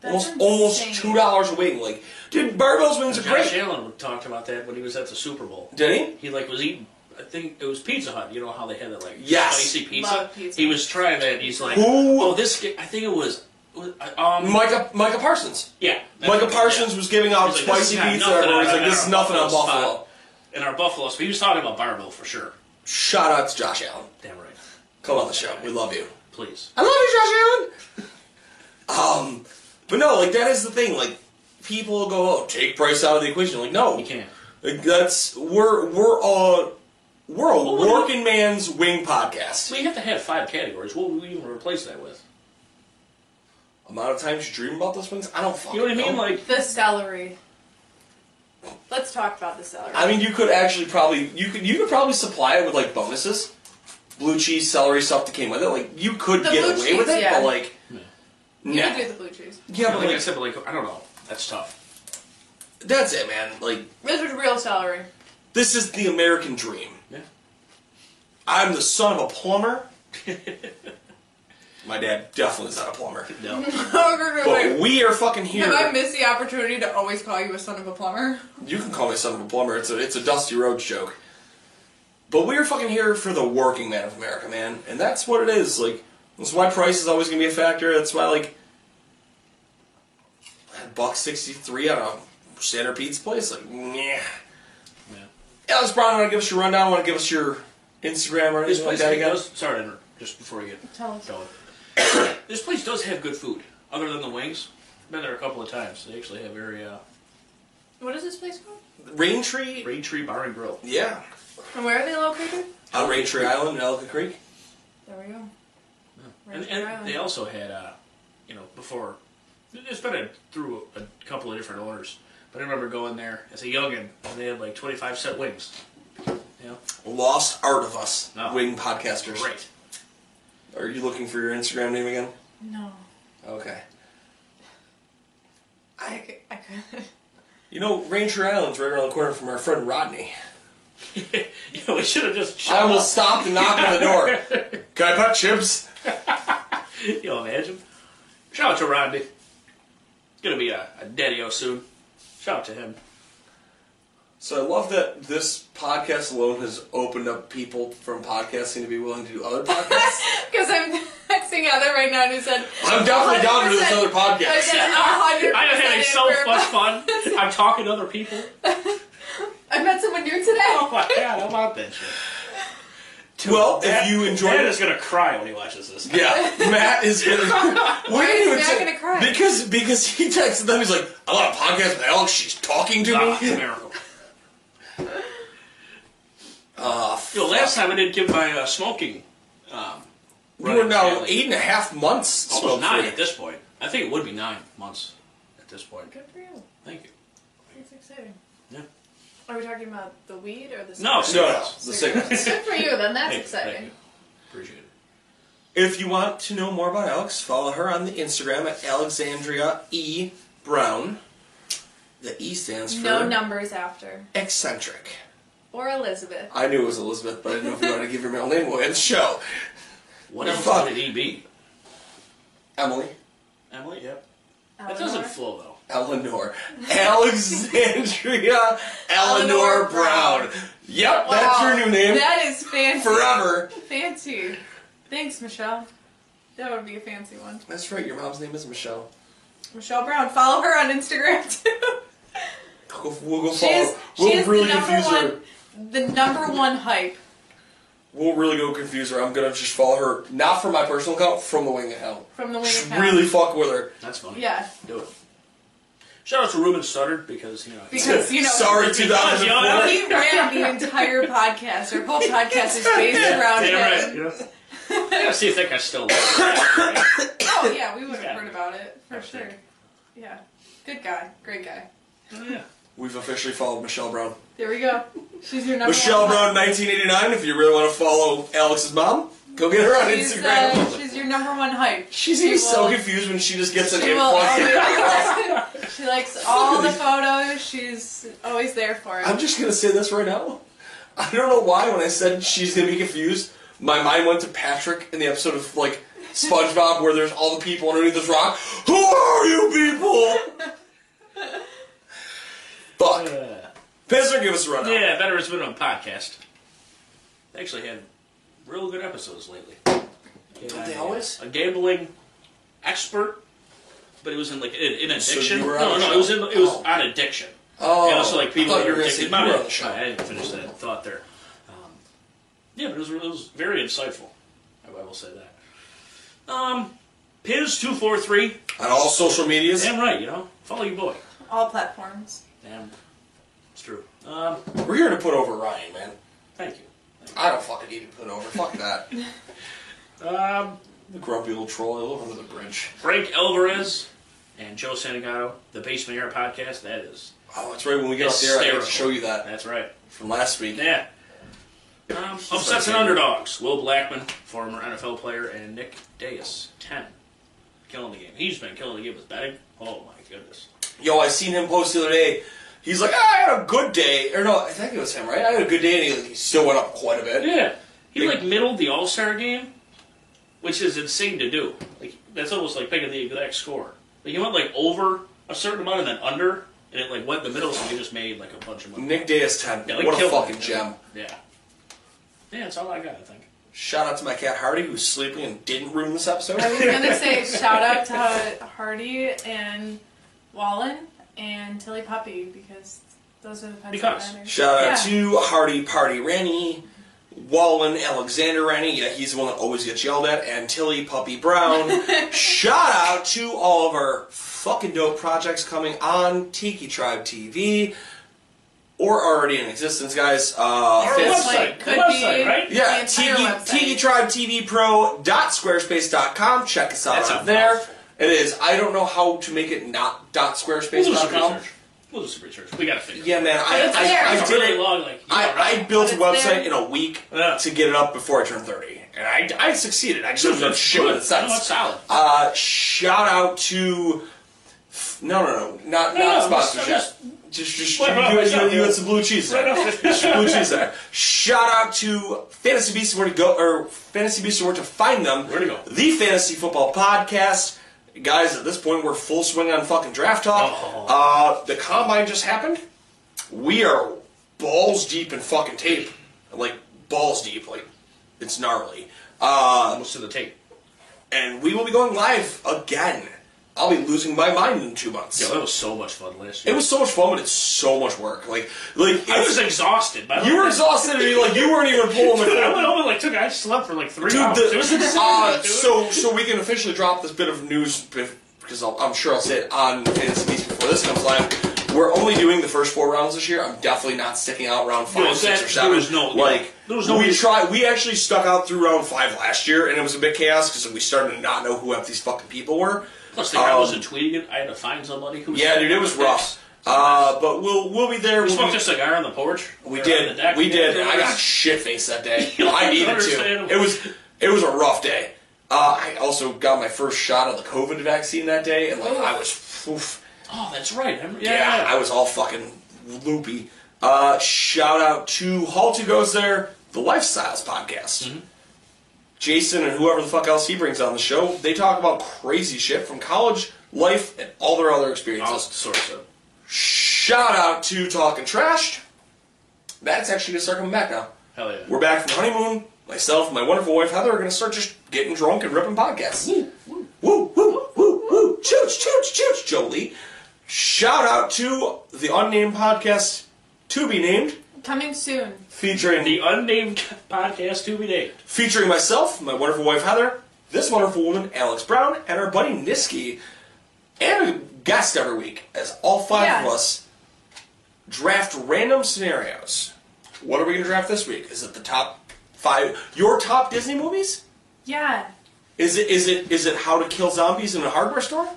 D: That's
C: almost almost
D: insane.
C: two dollars a wing. Like, dude, barbell's wings are
B: Josh
C: great.
B: Allen talked about that when he was at the Super Bowl.
C: Did
B: He like was eating. I think it was Pizza Hut. You know how they had that like
C: Yes.
B: spicy pizza.
D: Love pizza.
B: He was trying that. and He's like,
C: Who-
B: "Oh, this. Guy, I think it was, was um,
C: he? Micah Micah Parsons.
B: yeah,
C: Micah Parsons was giving out
B: He's like, this
C: spicy
B: has got nothing
C: pizza. and Everybody's
B: on
C: like,
B: it.
C: this is nothing on
B: Buffalo spot.
C: Buffalo.
B: in our Buffalo. But he was talking about barbell for sure.
C: Shout out to Josh Allen.
B: Damn right.
C: Come on the show. We love you.
B: Please.
C: I love you, Josh Allen. um, but no, like that is the thing. Like people go, oh, take price out of the equation. Like no,
B: You can't.
C: Like, that's we're we're a we're a
B: What would
C: working man's wing podcast.
B: We have to have five categories. What would we even replace that with?
C: Amount of times you dream about those wings, I don't fucking.
B: You know what I mean? Like,
D: The celery. Let's talk about the celery.
C: I mean, you could actually probably you could you could probably supply it with like bonuses, blue cheese, celery stuff that came with it. Like you could
D: The
C: get
D: blue
C: away
D: cheese,
C: with it,
D: yeah.
C: but like,
D: you
C: nah.
D: could do the blue cheese.
C: yeah, but
B: like I
C: like,
B: said, but like I don't know. That's tough.
C: that's it, man. Like
D: This was real celery. [laughs]
C: this is the American dream.
B: Yeah.
C: I'm the son of a plumber. [laughs] My dad definitely is not a plumber.
B: No.
D: Oh, wait, wait, wait.
C: But we are fucking here.
D: Have I missed the opportunity to always call you a son of a plumber?
C: You can call me son of a plumber. It's a it's a dusty roads joke. But we are fucking here for the working man of America, man, and that's what it is. Like that's why price is always gonna be a factor. That's why like a buck sixty three on a standard pizza place, like yeah.
B: Yeah.
C: Alex Brown, want to give us your rundown? Want to give us your Instagram or
B: This
C: anything like
B: place
C: that again?
B: does. Sorry, to interrupt, just before you get
D: Tell us.
B: going. [coughs] this place does have good food, other than the wings. Been there a couple of times. They actually have very uh,
D: What is this place called?
C: Rain Tree.
B: Rain Tree Bar and Grill.
C: Yeah,
D: And where are they located?
C: on Rain Tree Island in Ellicott Creek.
D: There we go.
B: And,
D: Ranch
B: and
D: Island.
B: they also had, uh, you know, before it's been a, through a, couple of different owners. But I remember going there as a youngin, and they had like twenty five cent wings. You know,
C: Lost Art of Us,
B: No.
C: wing podcasters.
B: Oh. great. [laughs]
C: Are you looking for your Instagram name again?
D: no.
C: Okay.
D: I, c- I [laughs] could.
C: You know, Ranger Island's right around the corner from our friend Rodney.
B: you know, we should have just. Shut
C: I
B: up.
C: almost stopped and knocked on the door.
B: [laughs]
C: Can I put chips?
B: Can you imagine? Shout out to Rodney. It's gonna be a, a daddy-o soon. Shout out to him.
C: So I love that this podcast alone has opened up people from podcasting to be willing to do other
B: [laughs]
C: podcasts.
D: Because I'm texting Heather right now and he said,
C: I'm definitely down to do this other
D: 100% I
C: podcast.
D: said, 100%
B: I am having
D: in
B: so
D: for a
B: much
D: [laughs] month."
B: fun. I'm talking to other people.
D: I met someone new today.
B: Oh my god, how about that shit? to
C: Well,
B: Matt-
C: if you enjoyed
B: Matt
C: it-
B: is gonna cry when he watches this.
C: Yeah, Matt is
D: [laughs]
C: gonna. Why
D: is Matt gonna cry?
C: Because because he texted them. He's like, I'm on a podcast with Alex. She's talking to
B: Ah, it's a
C: me.
B: miracle. Yo, last time I didn't give my uh, smoking. Um,
C: We were now
B: Really?
C: eight and a half months.
B: almost nine
C: smoke-free.
B: at this point. I think it would be nine months at this point.
D: Good for you.
B: Thank you.
D: That's exciting.
B: Yeah.
D: Are we talking about the weed or the
B: No,
D: cigarettes?
C: No, no, the cigarettes.
D: Good for you. Then that's
B: Thank you, thank
D: exciting.
B: you. Appreciate it.
C: If you want to know more about Alex, follow her on the Instagram at Alexandria E Brown. The E stands for
D: No numbers after
C: eccentric.
D: or Elizabeth.
C: I knew it was Elizabeth, but I didn't know if you wanted to give your middle name away on the show.
B: What
C: Now,
B: else
C: fuck.
B: would it be?
C: Emily,
B: Emily? Yep.
D: Eleanor.
B: That doesn't flow though.
C: Eleanor, Alexandria, Eleanor
D: Eleanor
C: Brown.
D: Brown.
C: Yep,
D: Wow.
C: that's her new name
D: That is fancy.
C: forever.
D: Fancy. Thanks, Michelle. That would be a fancy one.
C: That's right. Your mom's name is Michelle.
D: Michelle Brown. Follow her on Instagram [laughs] too.
C: Go- We'll go
D: She
C: follow.
D: is,
C: we'll
D: she is
C: really
D: the number
C: confuse
D: one,
C: her.
D: the number one hype.
C: We'll really go confuse her. I'm gonna just follow her, not from my personal account, from the wing of hell.
D: From the wing
C: Just
D: of hell.
C: really fuck with her.
B: That's funny.
D: Yeah.
B: Do it. Shout out to Ruben Studdard because you know he's-
D: Because [laughs] you
C: [laughs]
D: know
C: Sorry,
B: Because, you know,
C: 2004.
D: he ran the entire podcast. Our whole podcast is based around
B: Damn
D: him.
B: right. You know?
D: [laughs]
B: I gotta see if that guy still lives.
D: Oh yeah, we would have
B: Yeah.
D: heard about it for
B: I
D: sure.
B: think.
D: Yeah, good guy, great guy.
B: Oh, Yeah.
C: We've officially followed Michelle Brown.
D: There we go. She's your number
C: Michelle
D: one.
C: Brown, 1989. If you really want to follow Alex's mom, go get her on
D: She's,
C: Instagram.
D: uh, she's your number one hype.
C: She's gonna be
D: she
C: so
D: will-
C: confused when she just gets an
D: She will
C: influx.
D: always. [laughs] she likes all the photos. She's always there for
C: I'm
D: it.
C: just gonna say this right now. I don't know why when I said she's gonna be confused, my mind went to Patrick in the episode of like SpongeBob where there's all the people underneath this rock. Who are you
B: [laughs]
C: people? Fuck. Pisser, give us a rundown.
B: Yeah, Veterans Minimum Podcast. They actually had real good episodes lately.
C: Don't they always?
B: A gambling expert, but it was in like in, in
C: So
B: addiction.
C: you were on
B: no,
C: the
B: no,
C: show?
B: it was in it was
C: Oh.
B: on addiction.
C: Oh,
B: and also like people
C: I thought
B: that
C: you
B: were
C: were gonna say
B: addicted.
C: you were on
B: I,
C: the show.
B: I didn't finish that thought there. Um, yeah, but it was, it was very insightful. I will say that. Um, Piz two four three.
C: On all social medias,
B: Damn right, you know, follow your boy.
D: All platforms.
B: Damn, it's true. Um,
C: we're here to put over Ryan, man.
B: thank you.
C: I don't fucking need to put over. Fuck that.
B: [laughs] Um,
C: the grumpy little troll all over the bridge.
B: Frank Alvarez and Joe Santagato, the Basement Air podcast. That is.
C: Oh, that's right. When we get up there, I have
B: Hysterical.
C: to show you that
B: That's right.
C: from last week.
B: Yeah. Um, upsets and underdogs. Will Blackman, former NFL player, and Nick Dais, ten, killing the game. He's been killing the game with betting. Oh my goodness.
C: Yo, I seen him post the other day. He's like, "Ah, I had a good day. Or no, I think it was him, right? I had a good day, and he, like, he still went up quite a bit.
B: Yeah. He
C: Big-
B: like middled the All Star game, which is insane to do. Like that's almost like picking the exact score. Like you went like over a certain amount and then under, and it like went in the middle, so you just made like a bunch of money.
C: Nick Day is 10.
B: Yeah, like
C: what a
B: killed
C: fucking
B: him.
C: gem.
B: Yeah. Yeah, that's all I got. I think.
C: Shout out to my cat Hardy, who's sleeping and didn't ruin
B: [laughs]
C: this episode.
D: I was gonna say shout out to Hardy and Wallen and Tilly Puppy because those are the pets
B: Because.
D: that matter.
C: Shout out
D: Yeah.
C: to Hardy Party Rennie, Wallen Alexander Rennie. Yeah, he's the one that always gets yelled at. And Tilly Puppy Brown.
D: [laughs]
C: Shout out to all of our fucking dope projects coming on Tiki Tribe TV or already in existence, guys. Uh,
B: Our
D: Fifth
B: website,
D: Plate
B: the
D: could
B: website,
D: be-
B: right?
C: Yeah,
D: The entire
C: Tiki,
D: website.
C: Tiki Tribe TV Pro dot squarespace.com. Check us out
B: That's
C: on
B: a
C: there.
B: mouthful.
C: It is. I don't know how to make it not dot
B: We'll do some
C: squarespace.com.
B: research. We'll do some research. We gotta figure. it out.
C: Yeah, man. I,
D: But it's there.
C: I, I,
B: It's
C: did
B: really
C: it.
B: long. Like you know,
C: I, I built a
D: But it's
C: website
D: there.
C: in a week
B: Yeah.
C: to get it up before I turned 30. And I, I succeeded. I just haven't done shit with it
B: No, it's
C: since.
B: solid.
C: Uh, shout out to. No, no, no. Not,
B: no,
C: not
B: just-
C: sponsorship.
B: just-
C: Just, just, you,
B: Right off
C: you-
B: the
C: you-
B: top,
C: you
B: yeah.
C: had some blue cheese there.
B: Right off the-
C: Just blue cheese there. Shout out to Fantasy Beasts and where to go, or Fantasy Beasts and where to find them.
B: Where to go.
C: The Fantasy Football Podcast. Guys, at this point, we're full swing on fucking draft talk.
B: Uh-huh.
C: Uh, the combine just happened we are balls deep in fucking tape. Like, balls deep. Like, it's gnarly. Uh,
B: Almost to the tape.
C: and we will be going live again I'll be losing my mind in two months.
B: Yo, that was so much fun last year.
C: It was so much fun, but it's so much work. Like, like
B: I
C: it's-
B: was exhausted. By the
C: you
B: way.
C: were exhausted, and you like you weren't even pulling
B: [laughs]
C: the.
B: I went home and like took. I slept for like three
C: Dude,
B: hours.
C: the-
B: it
C: [laughs]
B: was insane.
C: uh,
B: dude.
C: so so we can officially drop this bit of news bef- because I'll, I'm sure I'll say it on NSBs before this comes live. We're only doing the first four rounds this year. I'm definitely not sticking out round five,
B: No,
C: six,
B: that-
C: or seven.
B: there was no-
C: like
B: there was no
C: we
B: reason-
C: tried. We actually stuck out through round five last year, and it was a bit chaos because we started to not know who half these fucking people were.
B: plus, the guy
C: um,
B: wasn't tweeting it. I had to find somebody who. Was
C: Yeah, dude, it was rough. Uh, but we'll we'll be there.
B: We
C: We'll
B: smoked
C: be-
B: a cigar on the porch.
C: We
B: Or on
C: did.
B: the deck.
C: We did.
B: Yeah,
C: I
B: it
C: got
B: was-
C: shit faced that day.
B: [laughs] You don't
C: I needed
B: understand.
C: to. It was it was a rough day. Uh, I also got my first shot of the COVID vaccine that day, and like I was, oof,
B: Oh, that's right. I remember-
C: yeah,
B: Oh. yeah,
C: I was all fucking loopy. Uh, shout out to Halty goes there, the Lifestyles podcast.
B: Mm-hmm.
C: Jason and whoever the fuck else he brings on the show, they talk about crazy shit from college life and all their other
B: I
C: experiences.
B: was sort of.
C: Shout out to Talking Trash. That's actually gonna start coming back now.
B: Hell yeah.
C: We're back from honeymoon. Myself and my wonderful wife Heather are going to start just getting drunk and ripping podcasts. Woo, woo, woo, woo, woo. Chooch, chooch, chooch, Jolie. Shout out to the unnamed podcast to be named,
D: Coming soon.
C: featuring
B: the unnamed podcast to be named.
C: featuring myself, my wonderful wife Heather, this wonderful woman Alex Brown, and our buddy Niski, and a guest every week as all five of
D: Yeah.
C: us draft random scenarios. What are we going to draft this week? Is it the top five? Your top Disney movies?
D: Yeah.
C: Is it is it is it how to kill zombies in a hardware store?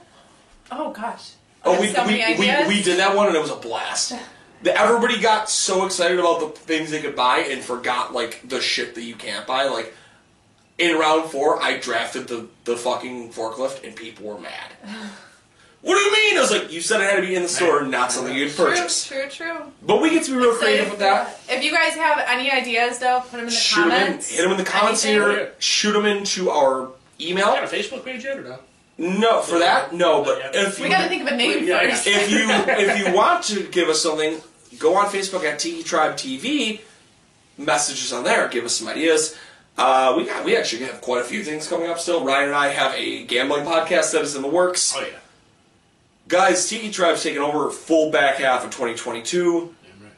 D: Oh gosh. I
C: Oh,
D: have
C: we
D: so many
C: we, we,
D: ideas.
C: we did that one and it was a blast. The- Everybody got so excited about the things they could buy and forgot like the shit that you can't buy. Like in round four, I drafted the the fucking forklift and people were
D: [sighs]
C: mad. What do you mean? I was like, you said it had to be in the store, not something you'd
D: True,
C: purchase.
D: true, true.
C: But we get to be real creative
D: Excited
C: with
D: for
C: that.
D: If you guys have any ideas, though, put them in the
C: Shoot 'em in,
D: comments.
C: hit them in the comments
D: Anything.
C: here. Shoot them into our
B: I got
C: email.
B: a Facebook page yet or no?
C: No, for that, no. But if you
D: We gotta think of a name
B: Yeah, I
D: first.
C: if you if you want to give us something, go on Facebook at Tiki Tribe TV. Message us on there. Give us some ideas. Uh, we got we actually have quite a few things coming up still. Ryan and I have a gambling podcast that is in the works.
B: Oh yeah.
C: Guys, Tiki Tribe's taking over full back half of 2022
B: Damn right.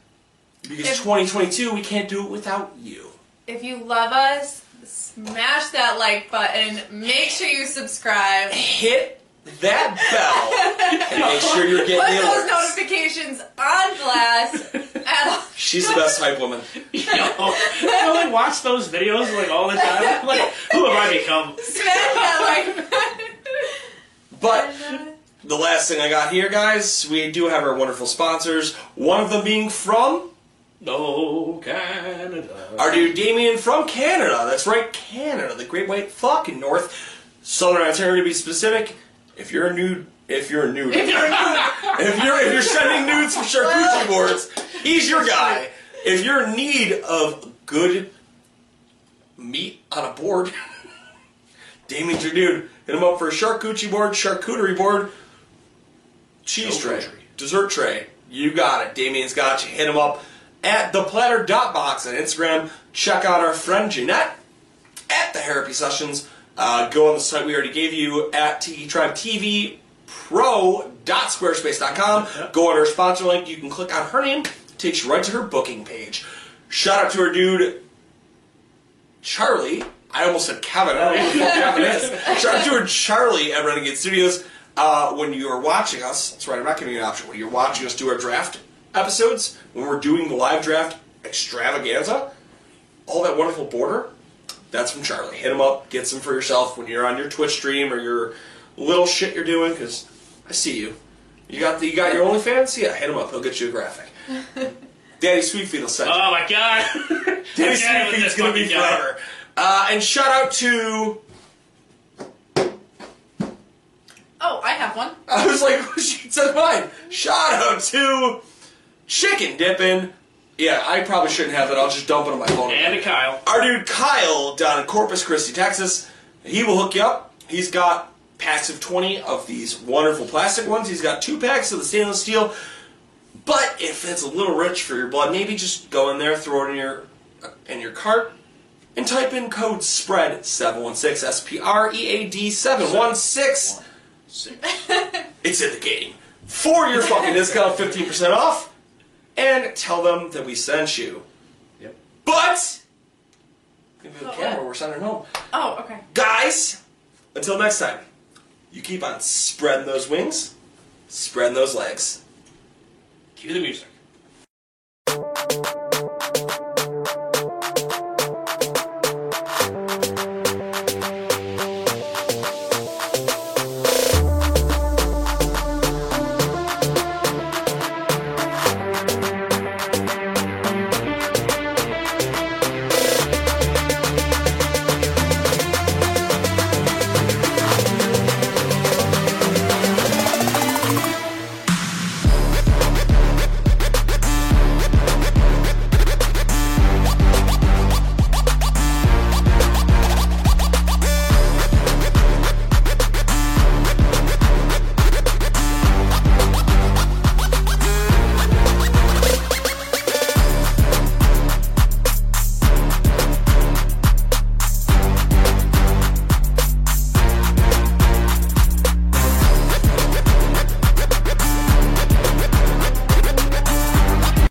C: because
D: If-
C: 2022 we can't do it without you.
D: If you love us, smash that like button. Make sure you subscribe.
C: Hit that bell and make sure you're
D: Put
C: getting the
D: those
C: alerts.
D: notifications on blast.
B: [laughs]
D: at all.
C: She's the best hype woman.
B: Yo, I only watch those videos like all the time. [laughs] I'm like, who have I become?
D: Smash that
C: But
D: like button.
C: The last thing I got here, guys, we do have our wonderful sponsors. One of them being from
B: No Canada.
C: our dude Damien from Canada. That's right, Canada, the great white fucking north, southern Ontario to be specific. If you're a nude, if you're a nude, if you're [laughs] if you're sending nudes for [laughs] charcuterie boards, he's your guy. If you're in need of good meat on a board, [laughs] Damien's your dude. Hit him up for a charcuterie board, charcuterie board, cheese
B: No
C: tray,
B: country.
C: dessert tray. You got it. Damien's got you. Hit him up at the platter dot box on Instagram. Check out our friend Jeanette at the Therapy Sessions. Uh, go on the site we already gave you at Tiki Tribe TV pro.squarespace.com. Go on her sponsor link. You can click on her name. Takes you right to her booking page. Shout out to her dude, Charlie. I almost said Kevin. I don't know who the fuck Kevin is. Shout out to her, Charlie at Renegade Studios. Uh, when you are watching us, that's right, I'm not giving you an option. When you're watching us do our draft episodes, when we're doing the live draft extravaganza, all that wonderful border, that's from Charlie. Hit him up, get some for yourself when you're on your Twitch stream or your little shit you're doing, because I see you. You got the, you got your OnlyFans? Yeah, hit him up. He'll get you a graphic. Daddy Sweetfeet will send you.
B: Oh my [laughs] god.
C: Daddy
B: Yeah, with
C: Sweetfeet's
B: this
C: gonna be
B: fucking guy.
C: forever. Uh, and shout out to [laughs]
D: Oh, I have one.
C: I was like, [laughs] she said mine. Shout out to Chicken Dippin'. Yeah, I probably shouldn't have it. I'll just dump it on my phone.
B: And a Kyle.
C: Our dude Kyle down in Corpus Christi, Texas, he will hook you up. He's got packs of 20 of these wonderful plastic ones. He's got two packs of the stainless steel. But if it's a little rich for your blood, maybe just go in there, throw it in your in your cart, and type in code SPREAD 716 S P R E A D 716
B: Six.
C: It's in the game. For your fucking discount, 15% off, and tell them that we sent you.
B: Yep.
C: But, give me the
D: But
C: camera,
D: what?
C: we're sending it home.
D: Oh, okay.
C: Guys, until next time, you keep on spreading those wings, spreading those legs.
B: Cue the music.